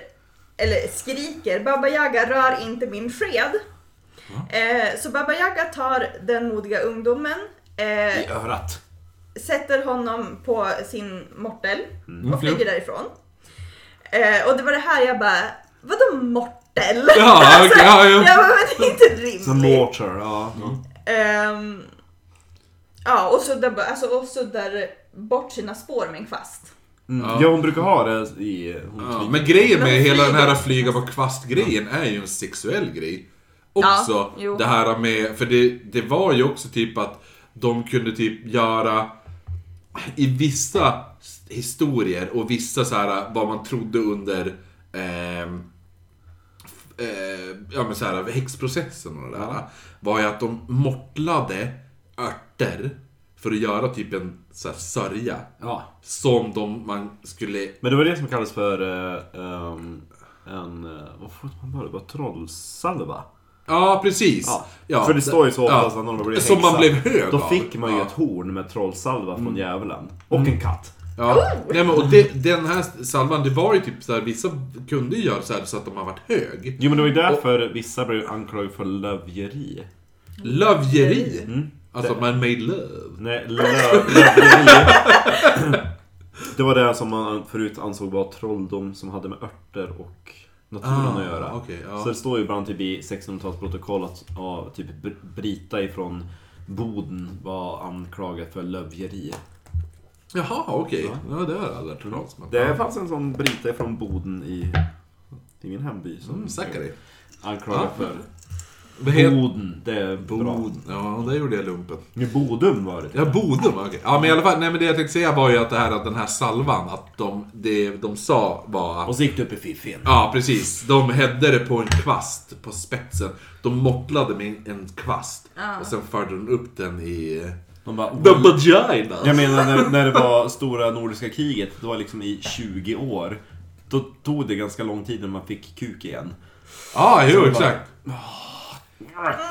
eller skriker, Baba Yaga rör inte min sked.
Mm.
Eh, så Baba Yaga tar den modiga ungdomen, eh,
I örat.
sätter honom på sin mortel
Mm.
och flyger därifrån. Eh, och det var det här jag bara, vadå mortel? Alltså,
Ja, okej, ja, ja.
Jag bara, men det är inte rimligt.
Som mortar, Alltså, ja. Mm.
Ehm, ja, och suddar, alltså, och suddar bort sina spår med en kvast.
Mm.
Ja.
Ja, hon brukar ha det i... Hon
Ja,
ja,
men grejen med
Men
hela den
flyga-
här flyga på kvast-grejen är ju en sexuell grej. Också
Ja, jo.
det här med, för det, det var ju också typ att de kunde typ göra i vissa historier och vissa så här vad man trodde under ehm, eh, ja, men så här, häxprocessen och det där var ju att de mortlade örter för att göra typ en så här, sörja
ja.
som de man skulle
Men det var det som kallas för eh, ehm, en... eh, Vad får man bara? Bara trollsalva?
Ja, precis.
Ja.
Ja,
för det står ju så ofta
ja.
att när man blir
Som
häxa,
man blev hög
Då
av.
fick man ju
Ja. Mm.
ett horn med trollsalva från djävulen. Och en katt.
Ja. Nej, men, och det, den här salvan, det var ju typ så här, vissa kunde ju göra så här så att de har varit hög.
Jo men det var ju därför vissa blev anklagade för lövjeri.
Lövjeri.
Mm.
Alltså att man made love.
Nej, lö- lövjeri. Det var det som man förut ansåg vara trolldom som hade med örter och naturen
Ah,
att göra.
okej, ja.
Så det står ju ibland typ i 1600-talsprotokoll att ja, typ Br- Brita ifrån Boden var anklagad för lövjeri.
Jaha, okej. Ja. det har jag aldrig hört talas om.
Det fanns en sån Brita ifrån Boden i, i min hemby som
Mm, Zachary.
anklagad för
Vad heter...
Boden. Det är bra.
Bod. Ja, där gjorde jag lumpen.
Men Bodum var det.
Ja, Bodum, okej. Ja, men i alla fall, nej men det jag tänkte säga var ju att det här att den här salvan, att de, det de sa var att
Och så gick du upp i fiffin.
Ja, precis. De hädde det på en kvast på spetsen. De mortlade med en kvast. Och sen förde de upp den i...
De bara,
The vagina!
Jag menar när, när det var stora nordiska kriget, det var liksom i 20 år. Då tog det ganska lång tid när man fick kuk igen.
Ja, jo,
bara-
exakt.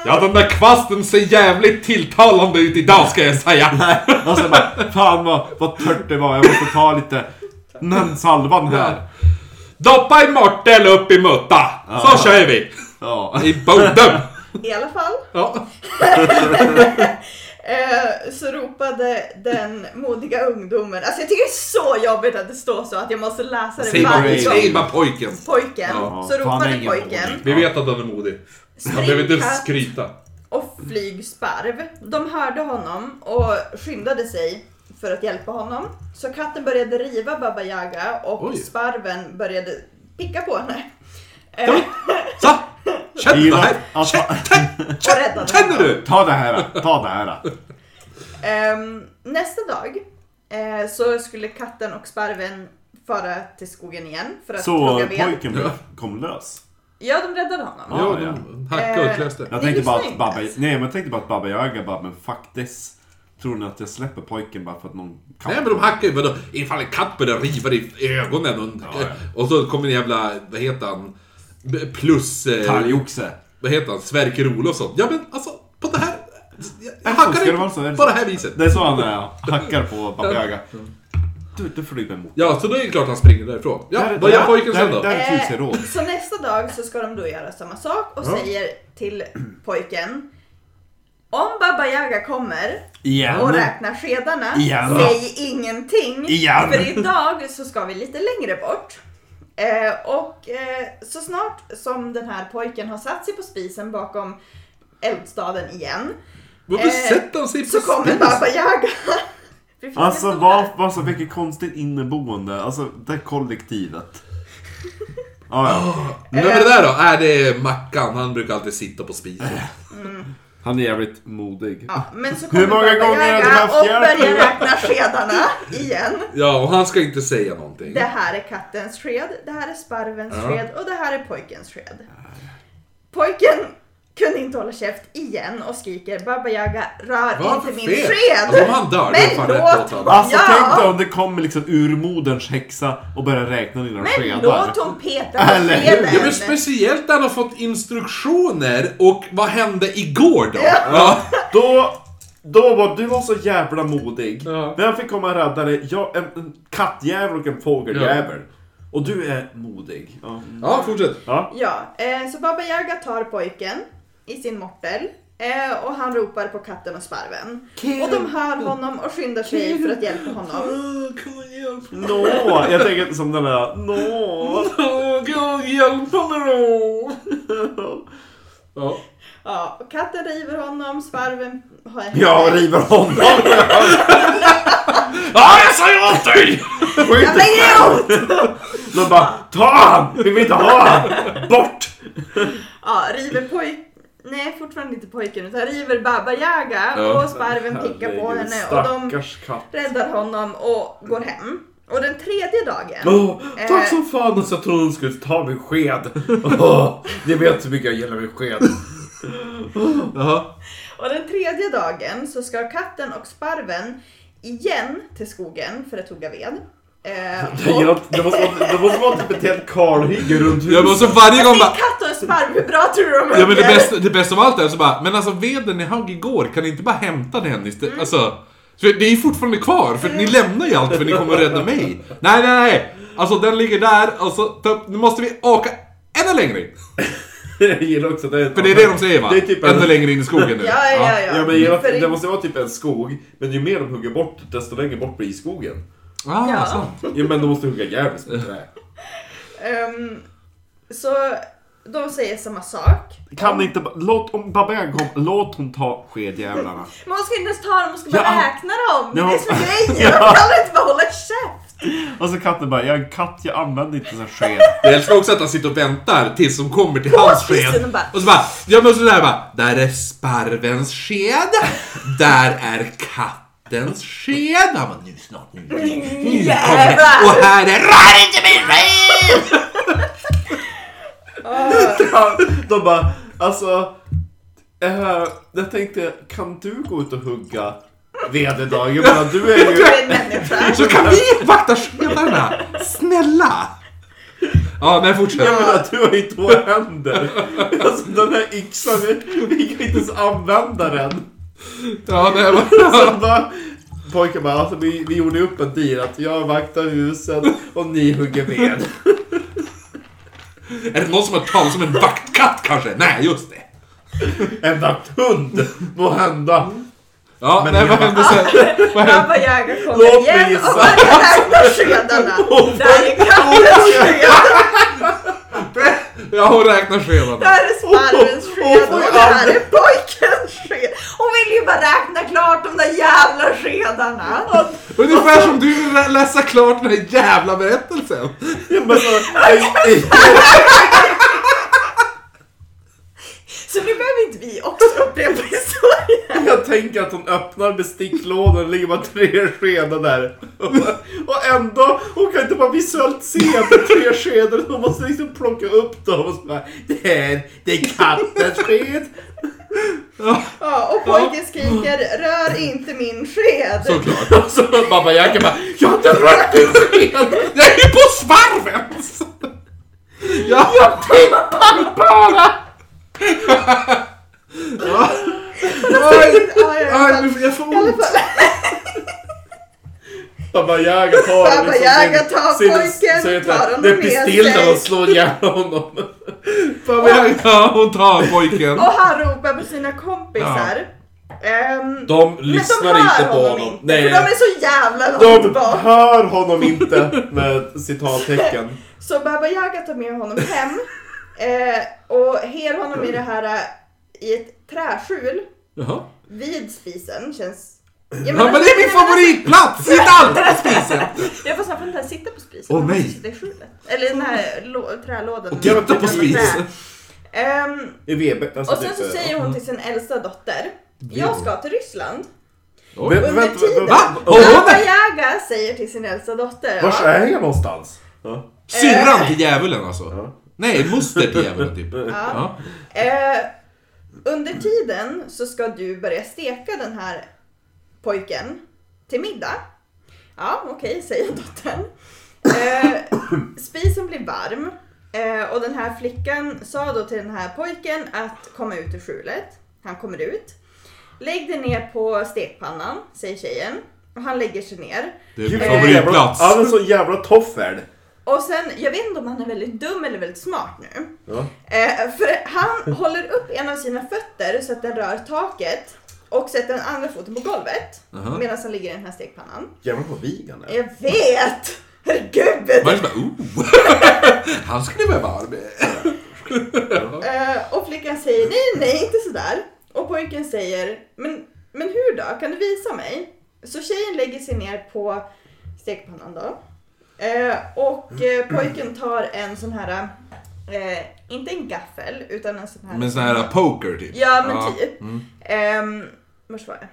Ja, den där kvasten ser jävligt tilltalande ut idag ska jag säga.
Och sen bara, fan vad, vad tört det var, jag måste ta lite den här salvan här.
Doppa en mortel upp i mutta, så kör vi!
Ja.
I Bodum!
I alla fall.
Ja.
Eh, så ropade den modiga ungdomen. Alltså jag tycker det är så jobbigt att det står så att jag måste läsa det
Säg bara,
varje gång.
säg bara pojken.
Pojken.
Ja,
så
fan,
ropade
ingen
pojken.
Vi vet att han är modig. Han behöver inte
Springkatt.
skryta.
och flygsparv. De hörde honom och skyndade sig för att hjälpa honom. Så katten började riva Baba Yaga och
Oj.
sparven började picka på henne.
Så! Känn
I
det
och-
här!
alltså,
Och räddade
Känner du?
Ta det här, ta det här.
Ehm, nästa dag eh, så skulle katten och sparven fara till skogen igen för att
Så
plocka ved.
pojken blev- kom lös.
Ja, de räddade honom.
Jo,
Ja, ja.
de hackade och
Eh,
klöste.
Jag
Det är
tänkte
ju
bara att
snyggt,
Baba, nej,
alltså.
men jag tänkte bara att Baba Yaga bara, men fuck this. Tror ni att jag släpper pojken bara för att någon kan?
Nej men de hackar ju, vadå? Ifall en katt börjar riva dig i ögonen och, och så kommer en jävla, vad heter han? B- Plus... Eh,
Talgoxe.
vad heter han? Sverker Olofsson. Ja men alltså, på det här... Jag, jag
ska
hackar
det vara så? Är
dig
det
på
så?
det här viset.
Det är så han är, hackar på Baba Yaga.
Mm.
Du, du får lyda emot.
Ja, så då är det klart han springer därifrån. Ja,
Där-
vad
där-
gör pojken
där-
sen då?
där- är ett
Eh,
råd.
Så nästa dag så ska de då göra samma sak och säger till pojken om Baba Yaga kommer och
Igen.
räknar skedarna,
Igen.
säg ingenting.
Igen.
För idag så ska vi lite längre bort. Eh, och eh, så snart som den här pojken har satt sig på spisen bakom eldstaden igen
Varför
eh,
sätter han sig på
så kommer
spisen?
Baba Yaga. Vi fick
Alltså
en stor
vad,
där.
vad så mycket konstigt inneboende. Alltså det kollektivet. Ah, ja.
Men vad är det där då? Är det Mackan? Han brukar alltid sitta på spisen.
Eh. Han är jävligt modig.
Ja, men så
Hur
kommer
många
Baba
gånger har du
Yaga
haft
och
hjälp?
börjar räkna skedarna igen.
Ja, och han ska inte säga någonting.
Det här är kattens sked, det här är sparvens
Ja.
sked och det här är pojkens sked. Pojken kunde inte hålla käft igen och skriker Baba Yaga rör
Vad har han
inte
för
min
fel?
sked!
Alltså, om han dör, då är det
Men
fan rätt
låt
åt honom.
honom-
Alltså
Ja.
tänk dig om det kommer liksom urmoderns häxa och börjar räkna dina
Men
skedar.
låt hon peta på
Eller hur?
Ja, men
skeden!
speciellt när han har fått instruktioner och vad hände igår då?
Ja.
Då, då var du var så jävla modig.
Ja.
Vem fick komma och rädda dig? Jag, en, en kattjävel och en fågeljävel. Och du är modig. Ja.
Ja, fortsätt.
Ja, eh, så Baba Yaga tar pojken i sin mortel eh, och han ropar på katten och sparven. Och de hör honom och skyndar sig för att hjälpa honom.
Kan du hjälpa mig?
Nå, jag tänker som den där nå.
Kan du hjälpa mig då? Ja.
Ja, och katten river honom, sparven har
Jag river honom.
Ja, jag sa ju åt dig!
Jag lägger ut!
De bara, ta han! Vi vill inte ha han! Bort!
Ja, river pojk... Nej, fortfarande inte pojken utan river Baba Yaga
Ja.
och sparven pickar på
Herregud,
henne och de
Stackars katt.
räddar honom och går hem. Och den tredje dagen...
Oh.
Åh, tack
Eh.
som fan att jag trodde hon skulle ta min sked. Åh, ni vet hur mycket jag gillar min sked.
Jaha.
Och den tredje dagen så ska katten och sparven igen till skogen för att hugga ved. Eh, och...
Det, gillar, det, måste vara, det måste vara typ ett helt kalhygge runt
Jag
huset.
måste varje gång
Din
bara...
katt och en sparv, hur bra tror du de
Ja men det
hugger?
bästa, det bästa av allt är så bara, men alltså veden ni högg igår, kan ni inte bara hämta den istället? Alltså, för det är ju fortfarande kvar, för ni lämnar ju allt för ni kommer att rädda mig. Nej, nej, nej! Alltså den ligger där, och så ta- nu måste vi åka ännu längre!
Jag gillar också att det.
För det är det de säger va?
Det är typ
ännu
en-
längre in i skogen nu.
Ja, ja, ja.
Ja, men jag gillar,
För-
att det måste vara typ en skog, men ju mer de hugger bort, desto längre bort blir skogen.
Ah,
Ja.
sant.
Ja, men de måste hugga jävligt med trä.
Ehm, så de säger samma sak.
Kan ni inte ba- låt om Baba Yaga kom, låt hon ta skedjävlarna.
Men hon ska inte ens ta dem, hon ska bara
Ja.
räkna dem. Det är
Ja.
det som är grejen. Hon kan inte bara hålla käft.
Och så katten bara, jag är en katt, jag använder inte sån sked.
Jag älskar också att han sitter och väntar tills de kommer till hans
spisen och
sked.
bara-
Och så bara, ja men sådär bara, där är sparvens sked, där är kattens sked. Han bara, nu snart, nu, nu, nu kommer det.
Jävlar!
Och här är
Rör inte min sked!
De bara, alltså... Eh, jag tänkte, kan du gå ut och hugga ved idag? Jag menar, du är ju...
Du är en människa.
Så kan vi vakta skedarna? Snälla! Ja, nej fortsätt.
Jag menar, du har ju två händer. Alltså den här yxan, vi- vi kan inte ens använda den.
Ja, nej, va-
Så bara, pojken bara, alltså, vi, vi gjorde ju upp en deal att jag vaktar huset och ni hugger ved.
Är det någon som har talat som en vaktkatt kanske? Nej, just det.
En vakthund, må hända.
Ja,
Men
nej,
det-
vad hände sen? Vad hände?
Abba Jägar kommer
Låt mig
igen
gissa.
och börjar räkna skedarna. Där är kattens sked,
Ja, hon räknar skedarna.
där är sparvens sked och det här är pojkens sked. Hon vill ju bara räkna klart de där jävla skedarna.
Ungefär som du vill lä- läsa klart den här jävla berättelsen.
Men så, i, i,
Så nu behöver inte vi också upprepa historien.
jag tänker att hon öppnar besticklådan och det ligger bara tre skedar där. Och ändå, hon kan inte bara visuellt se att det är tre skedar. Hon måste liksom plocka upp dem och så bara, det här, det är kattens sked.
Ja, och pojken skriker rör inte min sked.
Såklart.
Och så Baba Yaga bara, jag har inte rört din sked.
Jag är ju på svarvet! Ja. Jag tittar bara! ja. Oj,
Ja, jag
oj, nu- jag får ont.
Baba Yaga tar
Baba Yaga tar pojken,
så heter
tar
det-
honom
Det är
med
pistillen
sig.
och slår ihjäl honom.
Fan vad jag- Ja, hon tar pojken.
Och han ropar på sina kompisar. Ehm,
De
men
lyssnar
de hör
inte på honom.
Inte, för de är så jävla långt
De
bak.
hör honom inte med citattecken.
Så Baba Yaga tar med honom hem eh, och her honom i det här eh, i ett träskjul
Jaha.
vid spisen. Känns...
Ja, men det är min favoritplats! Sitt alltid spisen!
alltså, Jag får snart inte ens sitta på spisen.
Åh,
Man
nej.
måste sitta i skjulet. Eller den här lå- trälådan.
Och titta på
Trä.
spisen.
Ehm,
I Vebet. Alltså
och sen så
typ,
säger hon till sin äldsta dotter. Jag ska till Ryssland.
Vä-
under
vänta,
tiden-
va?
Va? Och hon
Baba
är
Yaga säger till sin äldsta dotter.
Vars
ja,
är jag någonstans? Ja.
syrran till djävulen alltså. Nej, moster till djävulen typ.
ja.
Ja.
Eh, under tiden så ska du börja steka den här pojken till middag. Ja, okej, säger dottern. Eh, spisen blir varm eh, och den här flickan sa då till den här pojken att komma ut ur skjulet. Han kommer ut. Lägg dig ner på stekpannan, säger tjejen. Och han lägger sig ner.
Det är min
Gud, vad jävla-
favoritplats.
Ja, men så jävla toffel.
Och sen, jag vet inte om han är väldigt dum eller väldigt smart nu.
Ja.
Eh, för han håller upp en av sina fötter så att den rör taket och sätter den andra foten på golvet
Aha.
medan han ligger i den här stekpannan.
Jävlar vad vig han är.
Jag vet! Herregud!
Man är bara, oh. Han skulle behöva arbeta.
Eh, och flickan säger nej, nej, inte sådär. Och pojken säger men, men hur då? Kan du visa mig? Så tjejen lägger sig ner på stekpannan då. Eh, och eh, pojken tar en sån här, eh, inte en gaffel, utan en sån här...
Men sån här poker typ.
Ja, men typ.
Mm.
Ehm, vars var jag?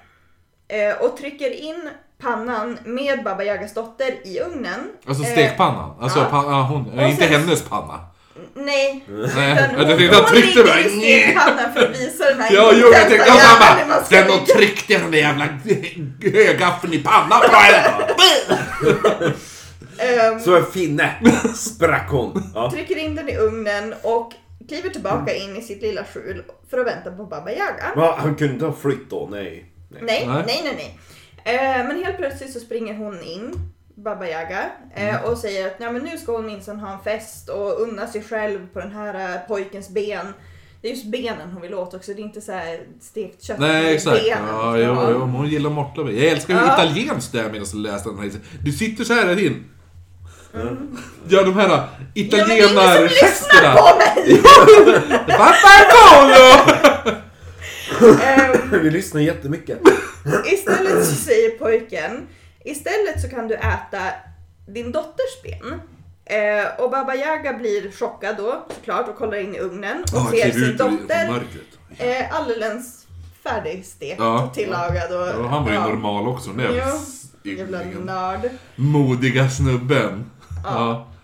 Eh, och trycker in pannan med Baba Yagas dotter i ugnen.
Alltså
Eh,
stekpannan. Alltså
ja.
panna, ja, hon,
Och
inte
sen-
hennes panna.
Nej,
Nej,
hon,
jag tänkte
hon
jag tryckte
ligger
bara.
i
"Nje."
stekpannan för att visa den här
Ja, jo, jag
intensa
tänkte också
jäveln hur
bara.
man ska
Sen hon
ligga.
tryckte jag den där jävla högaffeln i pannan på henne.
Ehm,
Så en finne. Sprack hon. Ja.
trycker in den i ugnen och kliver tillbaka in i sitt lilla skjul för att vänta på Baba Yaga.
Va, han kunde inte ha flytt då, nej.
Nej,
Nej.
nej, nej, nej. Eh, men helt plötsligt så springer hon in, Baba Yaga, eh,
Mm.
och säger att Nej, men nu ska hon minsann ha en fest och unna sig själv på den här eh, pojkens ben. Det är just benen hon vill åt också, det är inte så här stekt kött. det
Nej
är
exakt.
benen
Ja,
hon
jo,
ska ha.
jo, men hon gillar Marta. Jag älskar hur
Ja.
italienskt det är medan jag läser den här. Du sitter så här hela tiden. Ja de här
Mm.
äh,
Ja, men det är ingen som lyssnar
italienargesterna.
på mig!
Vaffankollo!
Ehm,
Vi lyssnar jättemycket.
Istället så säger pojken, istället så kan du äta din dotters ben. Eh, och Baba Yaga blir chockad då såklart och kollar in i ugnen och
Ja,
ser
kliver
sin
ut ur
dotter
mörkret.
eh, alldeles färdigstekt
Ja.
och tillagad. Och,
Ja, han var ju normal också. Den
Ja.
där
Jävla
ynglingen.
nörd.
Modiga snubben. Ja.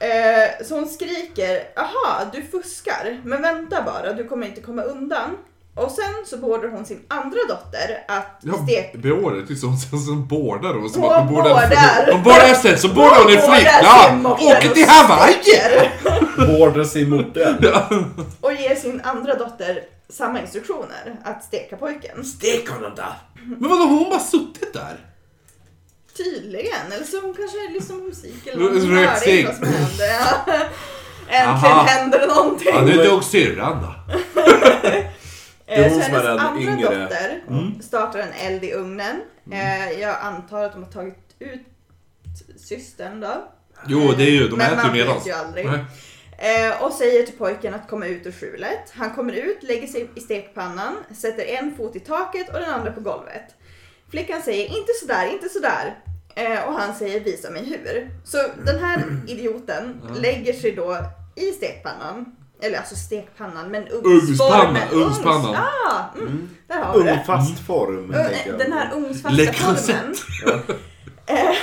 Ja. Eh, så hon skriker, aha du fuskar, men vänta bara du kommer inte komma undan. Och sen så beordrar hon sin andra dotter att
Ja,
steka
beordrar tills hon sen som bårdar då. Som
Hon
att hon bårdar.
bårdar.
Hon bårdar efter, så bårdar hon en
Båda
flygplan.
simmorter
Åker
och
till Hawaii!
sticker.
Vårdar sin morte.
Och ger sin andra dotter samma instruktioner, att steka pojken.
Stek honom då.
Men vadå, hon har bara suttit där?
Tydligen, eller så hon kanske lyssnar på musik eller
Det är
något.
ett
Hon hör
röksteg.
inte vad som händer. Ja. Äntligen
Aha.
händer det någonting.
Ja, nu dog syrran då.
Eh,
Det är hon
så
som är
hennes
den
andra
yngre. Mm.
dotter startar en eld i ugnen. Eh, jag antar att de har tagit ut systern då.
Jo, det är ju, de
Men
äter ju
man
med
vet
oss.
ju aldrig.
Nej.
Eh, och säger till pojken att komma ut ur skjulet. Han kommer ut, lägger sig i stekpannan, sätter en fot i taket och den andra på golvet. Flickan säger inte sådär, inte sådär. Eh, och han säger visa mig hur. Så den här idioten lägger sig då i stekpannan. Eller alltså stekpannan, men ugnsformen.
Ugnspanna, ugnspannan.
Ugns- Ah, mm, Där har vi
Ung
det.
fast form. tänker
Ö,
jag.
Eh, Den här
Le
ugnsfasta formen.
Creuset.
Eh,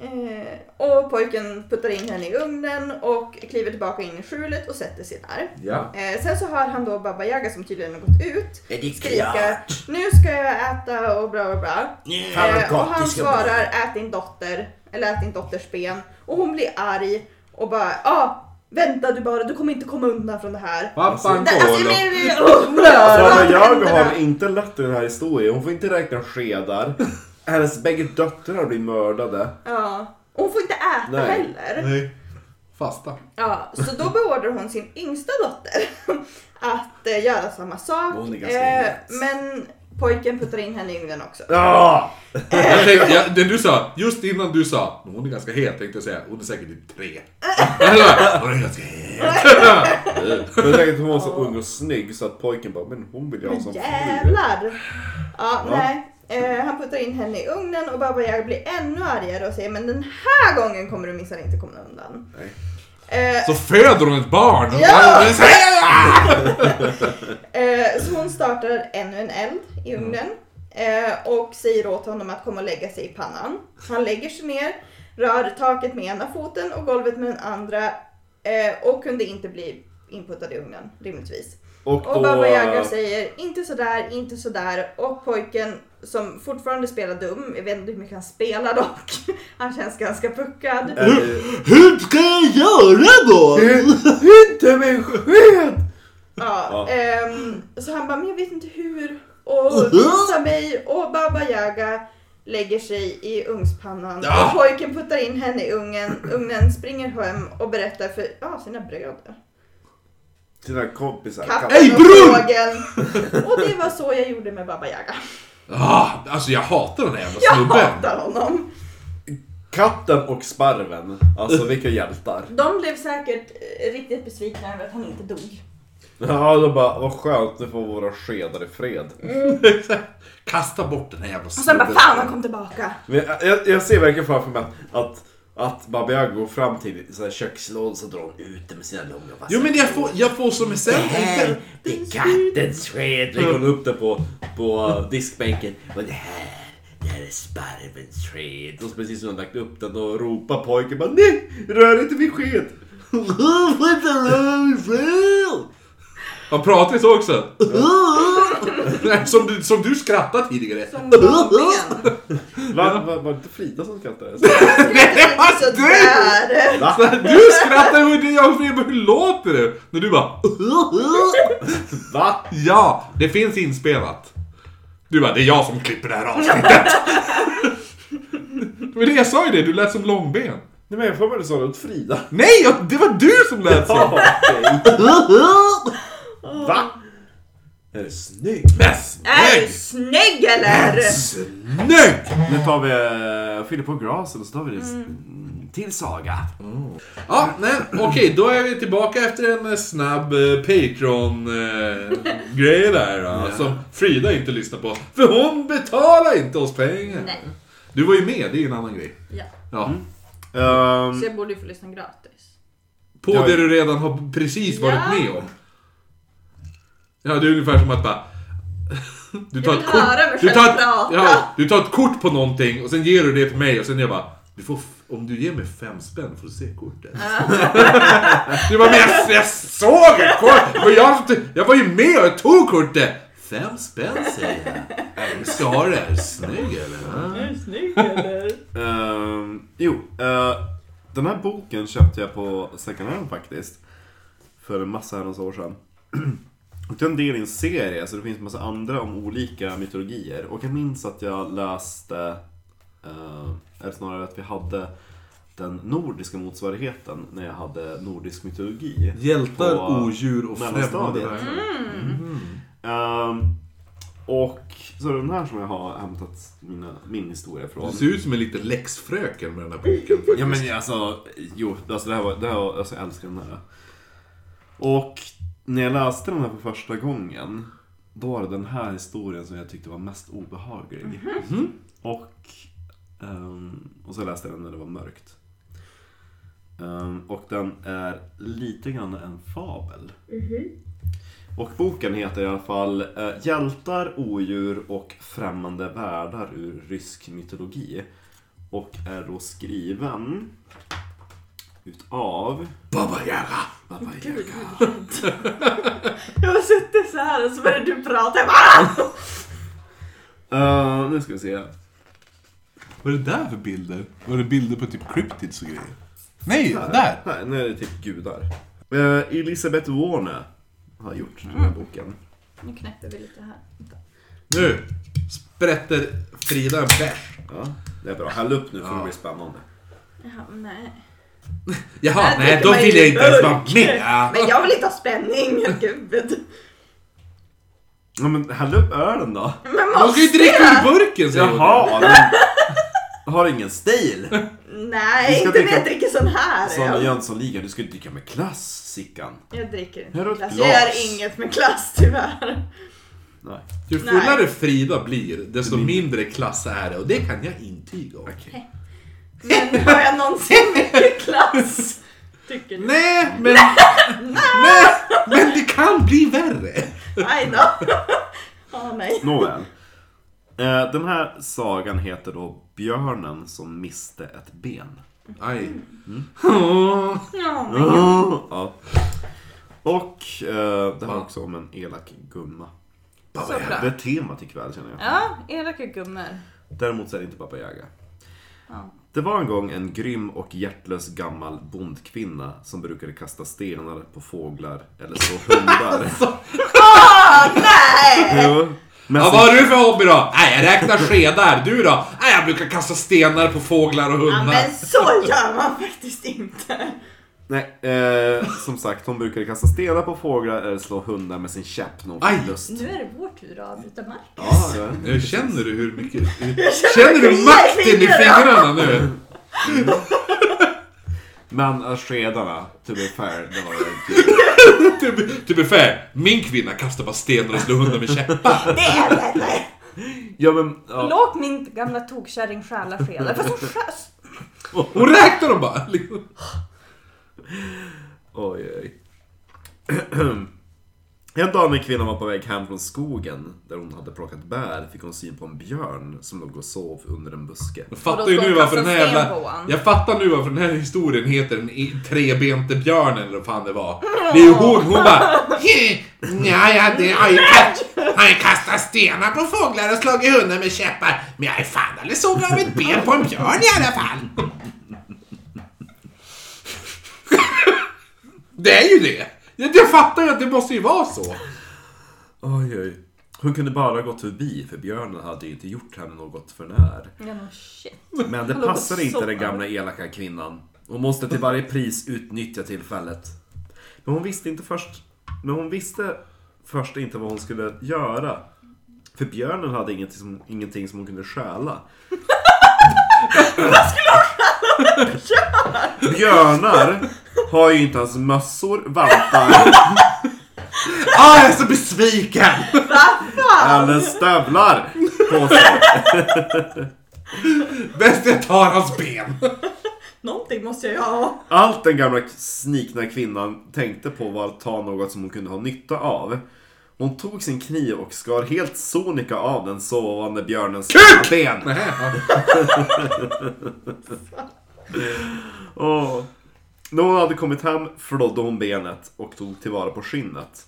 eh, och pojken puttar in henne i ugnen och kliver tillbaka in i skjulet och sätter sig där.
Ja.
Eh, sen så hör han då Baba Yaga som tydligen har gått ut
Är det
skrika
klart?
Nu ska jag äta och bla bla bla.
Yeah.
Eh, och han
det ska bli.
svarar ät din dotter, eller ät din dotters ben. Och hon blir arg och bara ah, vänta du bara, du kommer inte komma undan från det här.
Pappan
Nej, alltså,
Kolo.
jag menar, oh, rör,
Alltså,
rör
jag
händerna.
har inte lätt i den här historien. Hon får inte räkna skedar. Hennes bägge döttrar blir mördade.
Ja. Och hon får inte äta
Nej.
heller.
Nej. Fasta.
Ja, så då beordrar hon sin yngsta dotter att eh, göra samma sak. Eh,
Hon är ganska het.
men pojken puttar in henne i ugnen också.
Ja!
Jag tänkte, jag, det du sa, just innan du sa, men hon är ganska het tänkte jag säga, hon är säkert typ tre. Eller hon är ganska het.
Men jag tänkte att hon var så ung och snygg så att pojken bara, men hon vill jag ha som fru.
Jävlar! Ja, nej. Eh, han puttar in henne i ugnen och Baba Yaga blir ännu argare och säger men den här gången kommer du minsann inte komma undan.
Nej.
Eh,
Så föder hon ett barn.
Ja! Eh, så hon startar ännu en eld i ugnen eh, och säger åt honom att komma och lägga sig i pannan. Han lägger sig ner, rör taket med ena foten och golvet med den andra eh, och kunde inte bli inputtad i ugnen rimligtvis.
Och
Och Baba Yaga
eh,
då...
säger inte sådär, inte sådär och pojken som fortfarande spelar dum, jag vet inte hur mycket han spelar dock, han känns ganska
Eh,
puckad.
Hur ska jag göra då?
eh, Inte min sked!
Ja,
Ja.
ehm, så han bara, men jag vet inte hur. Och visa mig. Och Baba Yaga lägger sig i ugnspannan. Och pojken puttar in henne i ugnen. Ugnen springer hem och berättar för ja, sina bröder.
Sina kompisar.
Katten
Ey,
och
bror!
fågeln. Och det var så jag gjorde med Baba Yaga.
Ah, alltså jag hatar den här jävla
Jag
snubben.
hatar honom.
Katten och sparven.
Mm.
Alltså vilka hjältar.
De blev säkert eh, riktigt besvikna över att han inte dog.
Ja, de bara, vad skönt, nu får våra skedar i fred.
Mm.
Kasta bort den här jävla
Och sen bara,
snubben.
Alltså, fan han kom tillbaka.
Men jag, jag, jag ser verkligen framför mig att, att, att Baba Yaga går fram till så här kökslådan så drar hon ut.
Ute med sina långa vassa.
Jo men jag får, jag får som en
Det
sen.
Äh.
här, det är kattens sked.
Lägger hon upp det på, på eh, diskbänken.
Och det här, det här är sparvens sked.
Och så precis som hon lagt upp den och ropar pojken bara nej, rör inte min sked.
Han pratar ju så också. Nej, som, du, som du skrattade tidigare.
Som vanligen.
Va, va, var det inte Frida som skrattade?
Det
var
var sådär.
Så här, Du skrattar hur det- jag vet bara, hur låter det? När du bara
Va?
Ja, det finns inspelat. Du bara, det är jag som klipper det här avsnittet. Men det, jag sa ju det, du lät som långben.
Nej men jag får väl sådant Frida.
Nej, jag, det var du som lät så.
Ja, okej. Va? Är det snygg?
Men
Är du
snygg!
snygg eller?
Snygg!
Nu tar vi, eh, fyller på glasen och så tar vi det. Mm. Till saga.
Ja, nej, okej, då är vi tillbaka efter en eh, snabb eh, Patreon-grej där då, Som Frida inte lyssnar på. För hon betalar inte oss pengar.
Nej.
Du var ju med, det är ju en annan grej.
Ja.
Ja.
Ehm,
Så jag borde ju få lyssna gratis.
På
Ja.
det du redan har precis varit
Ja.
med om. Ja, det är ungefär som att bara... Du
Jag vill höra mig
du,
själv
tar ett,
prata.
ja, du tar ett kort på någonting och sen ger du det till mig och sen jag bara... Du får, f- om du ger mig fem spänn får du se kortet. du bara, men jag, jag såg ett kort! Det var jag, som tog- jag var ju med och jag tog kortet! Fem spänn säger jag. Äh, Ska ha det? Är du snygg eller? va?
Är du snygg eller?
Ehm, jo, eh, den här boken köpte jag på second hand faktiskt. För en massa herrans år sedan. Och den del i en serie, så det finns massa andra om olika mytologier. Och jag minns att jag läste, eh, eller snarare att vi hade den nordiska motsvarigheten när jag hade nordisk mytologi.
Hjältar,
på
odjur och främmande
mellanstadiet.
värld.
Mm.
Ehm, och så den här som jag har hämtat mina, min historia från.
Du ser ut som en liten läxfröken med den här boken. faktiskt.
Ja men alltså, jo, alltså det här var, det här var, alltså jag älskar den här. Och när jag läste den här för första gången, då var det den här historien som jag tyckte var mest obehaglig. Och, ehm, och så läste jag den när det var mörkt. Ehm, och den är lite grann en fabel. Och boken heter i alla fall eh, Hjältar, odjur och främmande världar ur rysk mytologi. Och är då skriven utav...
Baba Yaga!
Baba
Gud,
Yaga.
vad skönt. Jag har suttit så här och så började du prata. Jag bara, "Ah!"
Eh, nu ska vi se.
Vad är det där för bilder? Var det bilder på typ cryptids och grejer? Nej, där!
Nej, nu är det typ gudar. Eh, Elisabeth Warne har gjort den
Mm.
här boken.
Nu knäpper vi lite här. Vänta.
Nu sprätter Frida en bärs.
Ja, det är bra. Häll upp nu för
Ja.
det blir spännande.
Jaha, nej.
Jaha,
Jag
nej
tycker
då
man
vill
är
jag inte ens vara
mörk.
med!
Men jag vill inte ha spänning, gud.
Ja, men häll upp ölen då.
Men
Man
måste
ska ju dricka ur burken säger hon.
Jaha! Den har ingen stil. Vi
Nej,
ska
inte när jag
dricka-
dricker sån här.
Sanna
jag,
Jönssonliga, Alltså, du ska dricka med klass, Sickan.
jag dricker inte
Här har
med
du ett
klass. Jag gör
glas.
inget med klass tyvärr.
Nej.
Ju fullare Frida blir, desto mindre klass är det. Och det kan jag intyga om.
Men har jag någonsin mycket klass? Tycker ni?
Nej, men... Nej, men det kan bli värre.
Aj då. Ah, nej.
Nåväl. Eh, Den här sagan heter då Björnen som miste ett ben.
Aj. Mm.
Ja.
Ja. Och eh, det här är
Va?
också om en elak gumma.
Så bra.
Det är temat ikväll känner jag.
Ja, elaka gummor.
Däremot så är det inte Papa Jaga.
Ja.
Det var en gång en grym och hjärtlös gammal bondkvinna som brukade kasta stenar på fåglar eller slå hundar.
Alltså,
Jo, men
Ja,
så-
vad har du för hobby då? Nej, jag räknar skedar. Du då? Nej, jag brukar kasta stenar på fåglar och
Ja,
hundar.
men så gör man faktiskt inte.
Nej, eh, som sagt, hon brukade kasta stenar på fåglar eller slå hundar med sin käpp när hon
Aj!
fick lust.
Nu är det vår tur att avbryta Mark.
Ja, det är-
Nu känner du hur mycket...
känner
Känner du
hur
makten i
jag känner.
fingrarna nu?
Men eh, skedarna, to be fair, det var ju kul.
Typ, typ ungefär, min kvinna kastar bara stenar och slår hundar med käppar.
Det är det.
Ja, men... Ja.
Låt min gamla tokkärring stjäla skedar. Fast hon skös.
Hon räknar dem bara. liksom.
Oj, oj. En dag när kvinnan var på väg hem från skogen där hon hade plockat bär fick hon syn på en björn som låg och sov under en buske.
Jag fattar
Och då
ju
står
nu
hon
varför den här
kastar sten på
jävla...
honom.
Jag fattar nu varför den här historien heter den i- trebente björnen eller vad fan det var. Det är ju hon, hon bara... Nej, jag hade, har, ju kast, har ju kastat stenar på fåglar och slagit hundar med käppar. Men jag är fan aldrig så bra med ett ben på en björn i alla fall. Det är ju det. Jag, jag fattar ju att det måste ju vara så.
Oj, oj. Hon kunde bara gått förbi för björnen hade ju inte gjort henne något för när.
Ja, men shit.
Men det
Hallå,
passade inte
sommar.
den gamla elaka kvinnan. Hon måste till varje pris utnyttja tillfället. Men hon visste inte först... Men hon visste först inte vad hon skulle göra. För björnen hade ingenting som, ingenting som hon kunde stjäla. vad skulle hon stjäla Björnar har ju inte ens mössor, vantar
Ah, jag är så besviken!
eller stövlar på sig.
Bäst jag tar hans ben.
Någonting måste jag ju ha.
Allt den gamla snikna kvinnan tänkte på var att ta något som hon kunde ha nytta av. Hon tog sin kniv och skar helt sonika av den sovande björnens ben. Åh. När hon hade kommit hem flådde hon benet och tog tillvara på skinnet.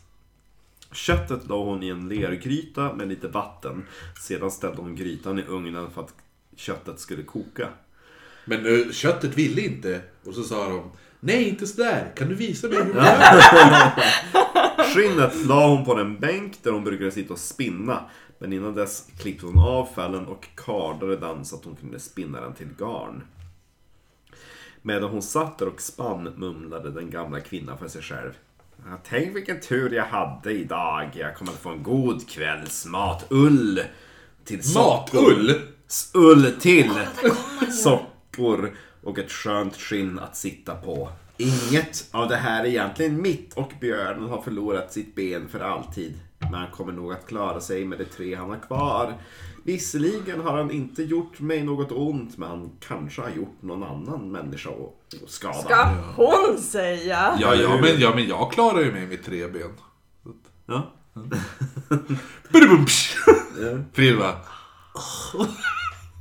Köttet la hon i en lergryta med lite vatten. Sedan ställde hon grytan i ugnen för att köttet skulle koka.
Men eh, köttet ville inte. Och så sa de, nej inte sådär, kan du visa mig hur man gör?
Skinnet la hon på den bänk där hon brukade sitta och spinna. Men innan dess klippte hon av fällen och kardade den så att hon kunde spinna den till garn. Medan hon satt där och spann mumlade den gamla kvinnan för sig själv. "Ja, Tänk vilken tur jag hade idag. Jag kommer att få en god kvällsmat. Ull till soppor.
Matull?
S- Ull till soppor och ett skönt skinn att sitta på. Inget av det här är egentligen mitt och björnen har förlorat sitt ben för alltid. Men han kommer nog att klara sig med de tre han har kvar. Visserligen har han inte gjort mig något ont, men han kanske har gjort någon annan människa och och skada.
Ska hon säga?
Ja, ja, men, ja, men jag klarar ju mig med tre ben.
Ja.
Budubumps! Frida.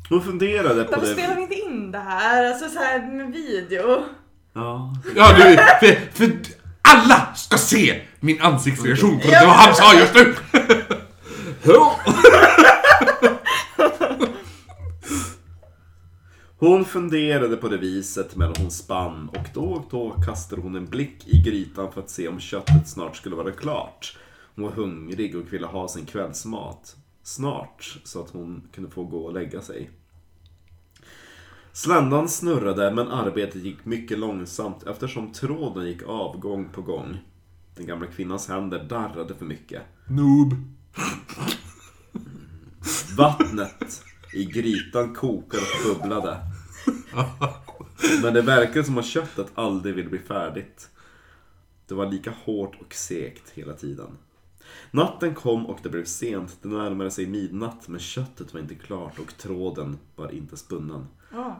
Hon funderade på
Varför
det.
spelar vi inte in det här? Alltså så här med video.
Ja.
Ja, du, för, för alla ska se min ansiktsreaktion på det vad han sa just nu! Ja.
Hon funderade på det viset medan hon spann och då och då kastade hon en blick i grytan för att se om köttet snart skulle vara klart. Hon var hungrig och ville ha sin kvällsmat. Snart, så att hon kunde få gå och lägga sig. Sländan snurrade men arbetet gick mycket långsamt eftersom tråden gick av gång på gång. Den gamla kvinnans händer darrade för mycket.
Noob.
Vattnet i grytan kokade och bubblade. Men det verkade som att köttet aldrig ville bli färdigt. Det var lika hårt och segt hela tiden. Natten kom och det blev sent. Det närmade sig midnatt men köttet var inte klart och tråden var inte spunnen.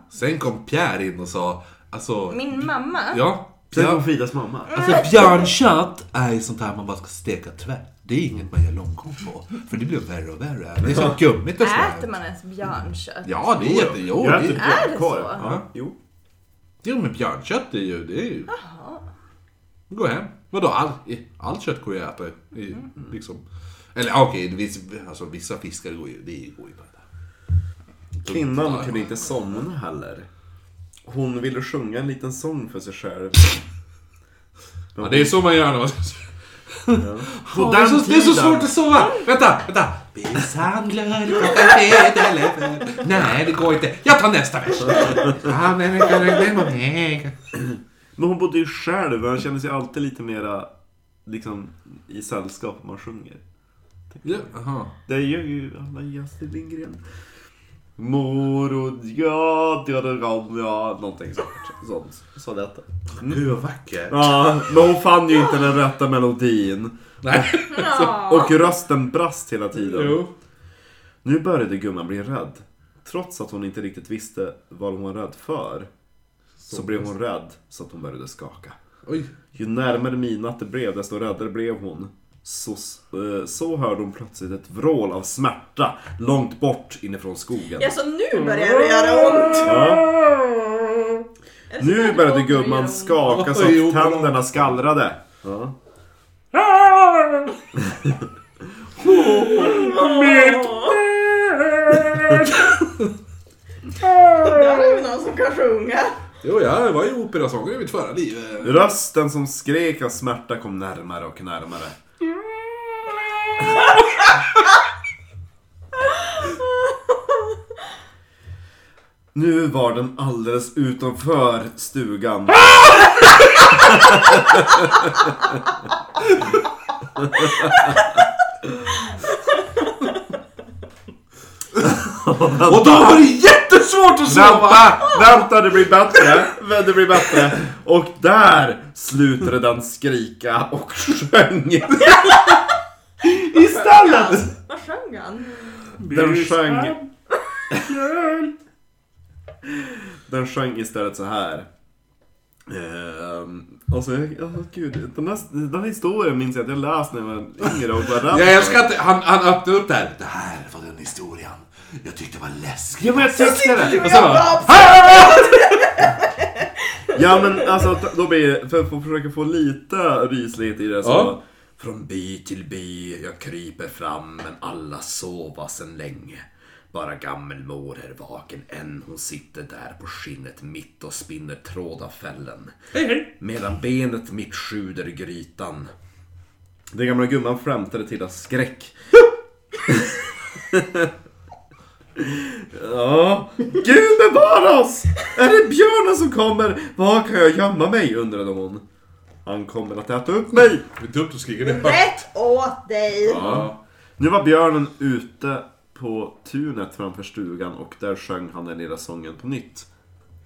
Sen kom Pierre in och sa, alltså...
Min mamma.
Ja.
Sen
Björn,
kom Fridas mamma.
alltså björnkött är ju sånt här man bara ska steka tvärt. Det är inget man gör långkok på. För det blir värre och värre. Det är så gummigt och
Äter
sådär.
man ens björnkött?
Ja, det är jätte... Jo,
Jag äter
det,
Är det
björnkorv.
så?
Ja, jo.
jo men björnkött är ju... Det är ju... Gå hem. Vadå, all, i- allt kött går ju att äta. I, liksom. Eller ja, okej, det finns, alltså, vissa fiskar går ju... Det går ju bara
Kvinnan kunde inte somna heller. Hon ville sjunga en liten sång för sig själv.
Ja, det är så man gör när man ska
På
det, är
den
så, det är så
tiden-
svårt att sova! Vänta, vänta! Besann glöd, klockan fet eller för- Nej, det går inte. Jag tar nästa vers. Ja, men det kan glömma mig.
Men hon bodde ju själv och han kände sig alltid lite mera liksom, i sällskap om man sjunger.
Ja, Jaha.
Det gör ju alla i Astrid Lindgren. Morod, ja, ja, ja, ja, någonting sånt. sånt. Så detta.
Gud vad vackert.
Ja, men hon fann ju inte den rätta melodin.
Nej.
Ah.
Och rösten brast hela tiden.
Jo.
Nu började gumman bli rädd. Trots att hon inte riktigt visste vad hon var rädd för. Så, blev hon rädd så att hon började skaka.
Oj.
Ju närmare midnatt det blev, desto räddare blev hon. Så, eh, så hörde hon plötsligt ett vrål av smärta långt bort inifrån skogen.
Ja, så nu börjar det göra ont.
Ja.
Är det så
Nu
här
började
det gör
gumman
ont?
skaka så
Oj,
att tänderna skallrade. Ja.
Där har vi någon som kan sjunga.
Jo, jag var ju operasångare i mitt förra liv.
Rösten som skrek av smärta kom närmare och närmare. Nu var den alldeles utanför stugan.
Och då var det jättesvårt att sova!
Vänta, vänta det blir bättre. Men Det blir bättre. Och där slutade den skrika och sjöng.
Istället! Vad sjöng han?
Den sjöng. Den sjöng istället så här. Ehm, alltså, jag, ja, gud, den här, den här historien minns jag att jag läste när jag var yngre och var rädd.
Jag älskar att han, han öppnade upp det här. Det här var den historien. Jag tyckte det var läskigt.
Ja men jag tyckte det!
Och så bara,
Ja men alltså då blir för att försöka få lite ryslighet i det så.
Ja.
Från by till by jag kryper fram men alla sova sen länge. Bara gammelmor är vaken än, hon sitter där på skinnet mitt och spinner tråd av fällen. Medan benet mitt sjuder i grytan. Den gamla gumman flämtade till av skräck. Ja. Gud bevara oss! Är det björnen som kommer? Var kan jag gömma mig? undrade hon. Han kommer att äta upp mig!
Det är dumt att skrika det högt.
Rätt åt dig!
Ja.
Nu var björnen ute på tunet framför stugan och där sjöng han den lilla sången på nytt.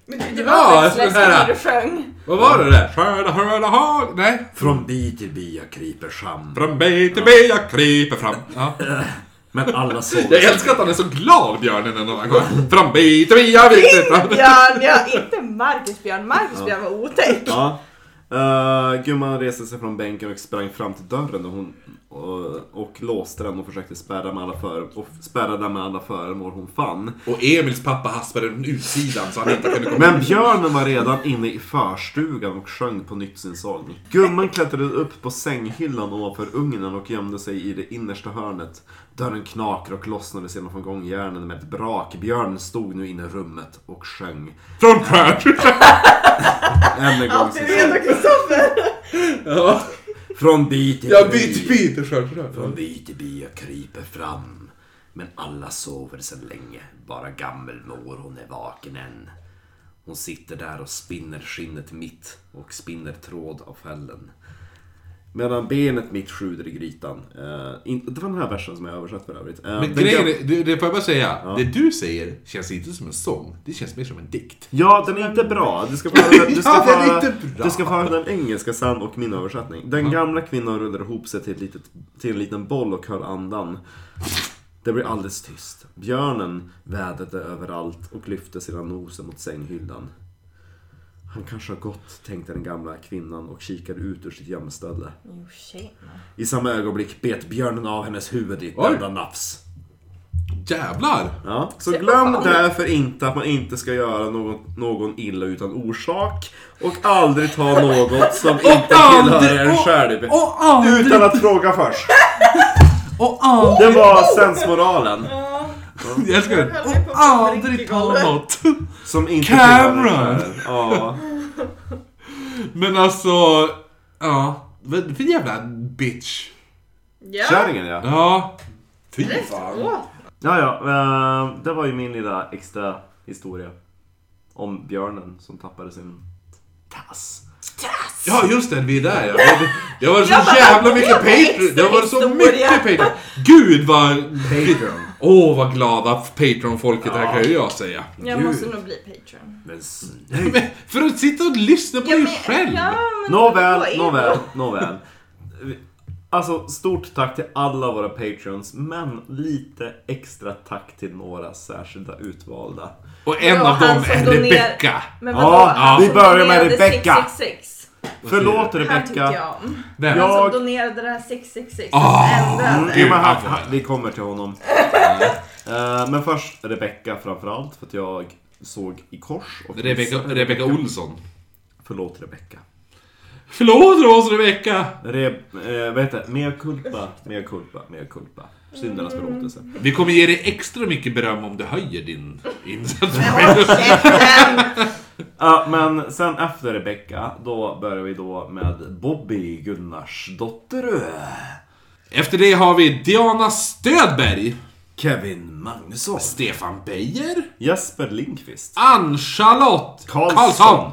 Men det- det var
Ja,
faktiskt
jag skulle säga
läskigt när
det.
du sjöng.
Vad var det där? Skörda, skörda, hag... Nej.
Från bi till bi jag kryper fram.
Från B till B jag kryper fram. Ja.
Men alla såg
Jag älskar att han är så glad, björnen, ändå. Han går från B till B jag viker fram.
Björn, ja, inte Marcus Björn. Marcus Björn var otäck.
Ja. Eh, gumman reste sig från bänken och sprang fram till dörren och, hon, och, och låste den och försökte spärra med alla före, och spärra den med alla föremål hon fann.
Och Emils pappa haspade den ur sidan så han inte kunde komma
Men björnen var redan inne i förstugan och sjöng på nytt sin sång. Gumman klättrade upp på sänghyllan ovanför ugnen och gömde sig i det innersta hörnet. Dörren knakade och lossnade sedan från gångjärnen med ett brak. Björnen stod nu inne i rummet och sjöng.
Från skörd.
Än en gång
Alltid
sin
redo
sång.
Kristoffer.
Ja,
Från bi till
jag
bi.
byter by till skörd.
Från by till by jag kryper fram. Men alla sover sedan länge. Bara gammelmor hon är vaken än. Hon sitter där och spinner skinnet mitt och spinner tråd av fällen.
Medan benet mitt sjuder i grytan. Eh, in, det var den här versen som jag översatt för övrigt. Eh,
Men
den
grejen
gam-
är, det, det får jag bara säga, det du säger känns inte som en sång. Det känns mer som en dikt.
Ja, den är inte bra. Du ska få höra, du ska
Ja,
få
den är
höra,
inte bra.
du ska få höra den engelska sen och min översättning. Den gamla kvinnan rullade ihop sig till, ett litet, till en liten boll och höll andan. Det blev alldeles tyst. Björnen vädrade överallt och lyfte sedan nosen mot sänghyllan. Han kanske har gått, tänkte den gamla kvinnan och kikade ut ur sitt gömställe.
Jo, tjena.
I samma ögonblick bet björnen av hennes huvud i ett
Oj.
enda nafs.
Jävlar!
Ja, så glöm därför inte att man inte ska göra någon, någon illa utan orsak och aldrig ta något som inte tillhör en själv. Utan att fråga först. Det var sensmoralen.
Jag älskar
Jag
den.
höll mig på att få en riktig golv.
något.
Som inte
Cameron!
tillhör en själv. Ja.
Men alltså, ja. Vad för jävla bitch.
Ja.
Kärringen ja.
Ja. Fy
Rätt
fan.
åt.
Ja, ja. eh, Det var ju min lilla extra historia. Om björnen som tappade sin tass.
Ja, just det. Vi är där ja. Det- Det har varit så
Jag bara,
jävla mycket
jag bara,
Patreon. Det har varit så
historia.
mycket Patreon. Gud vad... Åh, vad glada Patreon-folket här kan ju jag säga.
Jag måste nog bli Patreon.
Men s-
Men för att sitta och lyssna på
Ja,
dig
men-
själv.
Ja, men vad
Nåväl,
är
nåväl, nåväl. Alltså, stort tack till alla våra patreons, men lite extra tack till några särskilda utvalda.
Och en
Ja,
av dem
han som
är
donerar-
Rebecca.
Men
Ja,
vadå?
ja.
Han
vi börjar med
donerade
Rebecca.
666.
Förlåt
Han tyckte
Rebecka.
jag om.
Vem?
Ja.
Han som
Jag-
donerade det här 666.
Ah,
ändrade.
Gud,
Ja, Mm, men
han
han,
får
han,
det.
vi kommer till honom. Eh, men först Rebecka framförallt, för att jag såg i kors. Och
Rebecca, Rebecca Olsson.
Förlåt Rebecka.
Förlåt oss Rebecca!
Re, eh, vad heter det? Mea culpa, mea culpa, mea culpa. Syndernas förlåtelse.
Vi kommer ge dig extra mycket beröm om du höjer din insats.
Ja, men sen efter Rebecka, då börjar vi då med Bobby eh, Gunnarsdotter.
Efter det har vi Diana Stödberg.
Kevin Magnusson.
Stefan Beijer.
Jesper Lindqvist.
Ann-Charlotte
Karlsson.
Karlsson.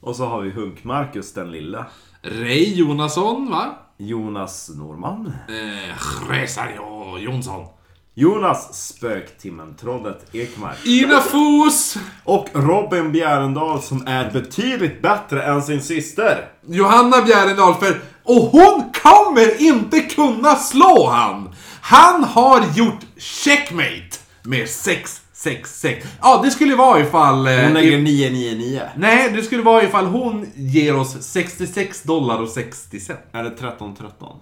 Och så har vi Hunk-Marcus den lilla.
Ray Jonasson, va?
Jonas Norman.
Eh, Resario Jonsson.
Jonas Spöktimmen-trollet Ekmark.
Ina Fos.
Och Robin Bjärendal som är betydligt bättre än sin syster.
Johanna Bjärendal för och hon kommer inte kunna slå han. Han har gjort checkmate med 666. Ja, det skulle vara ifall... eh,
Hon lägger
i-
999.
Nej, det skulle vara ifall hon ger oss 66 dollar och 60 cent.
Eller 1313.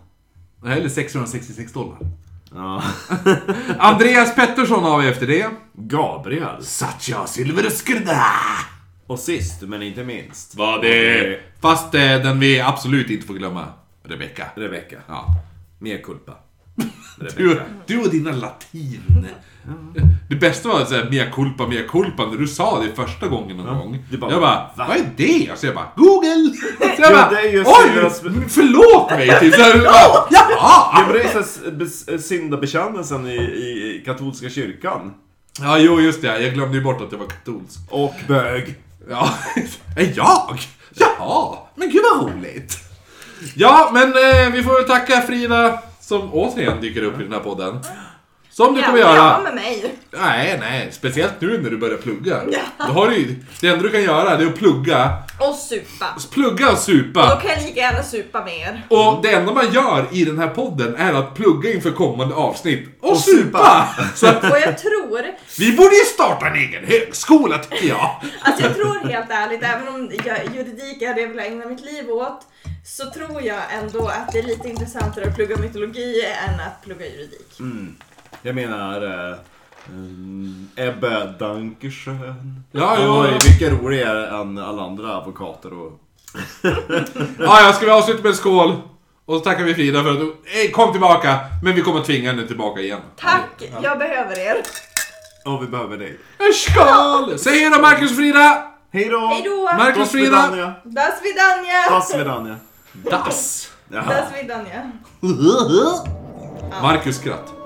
Nej, Eller 666 dollar.
Ja.
Andreas Pettersson har vi efter det.
Gabriel.
Satya Silverskrda!
Och sist men inte minst.
Vad det... Fast eh, den vi absolut inte får glömma. Rebecca.
Rebecka.
Ja.
Mea culpa.
Du, du och dina latin. Det bästa var såhär, mea culpa, mea culpa, när du sa det första gången någon gång.
du bara,
jag bara,
"Va?"
vad är det? Så jag bara, Google! Så jag
Jo,
bara,
det är ju
oj!
Silveras-
Förlåt mig! Typ såhär, ja!
Ja men det är ju så här s- bes- syndabekännelsen i, i katolska kyrkan.
Ja, jo, just det. Jag glömde ju bort att jag var katolsk.
Och bög.
Ja, är jag? Jaha, men gud vad roligt. Ja, men eh, vi får väl tacka Frida som återigen dyker upp i den här podden. Som du kommer
ja, Ja,
göra.
med mig.
Nej, nej. Speciellt nu när du börjar plugga. Då har du, ju- det enda du kan göra det är att plugga.
Och supa.
Plugga och
Då
supa.
kan jag lika gärna supa med er.
Och det enda man gör i den här podden är att plugga inför kommande avsnitt. Och,
Och supa.
supa! Så att,
Och jag tror,
vi borde ju starta en egen högskola tycker jag.
alltså jag tror helt ärligt, även om jag, juridik är det jag vill ägna mitt liv åt, så tror jag ändå att det är lite intressantare att plugga mytologi än att plugga juridik.
Jag menar eh, mm, Ebbe Dankersjön.
Ja,
Han
jo,
var ju
ja.
mycket roligare än alla andra advokater och...
Ja, ja, ska vi avsluta med en skål? Och så tackar vi Frida för att du eh, kom tillbaka, men vi kommer tvinga henne tillbaka igen.
Tack, jag behöver er.
Och vi behöver dig.
En skål! Säg hej då Marcus och Frida!
Hej då!
Hej då!
Marcus
Das
och Frida!
Vidania!
Das vidania!
Das Vidania!
Das!
Alltså, Ja.
Das vidania.
Marcus skratt.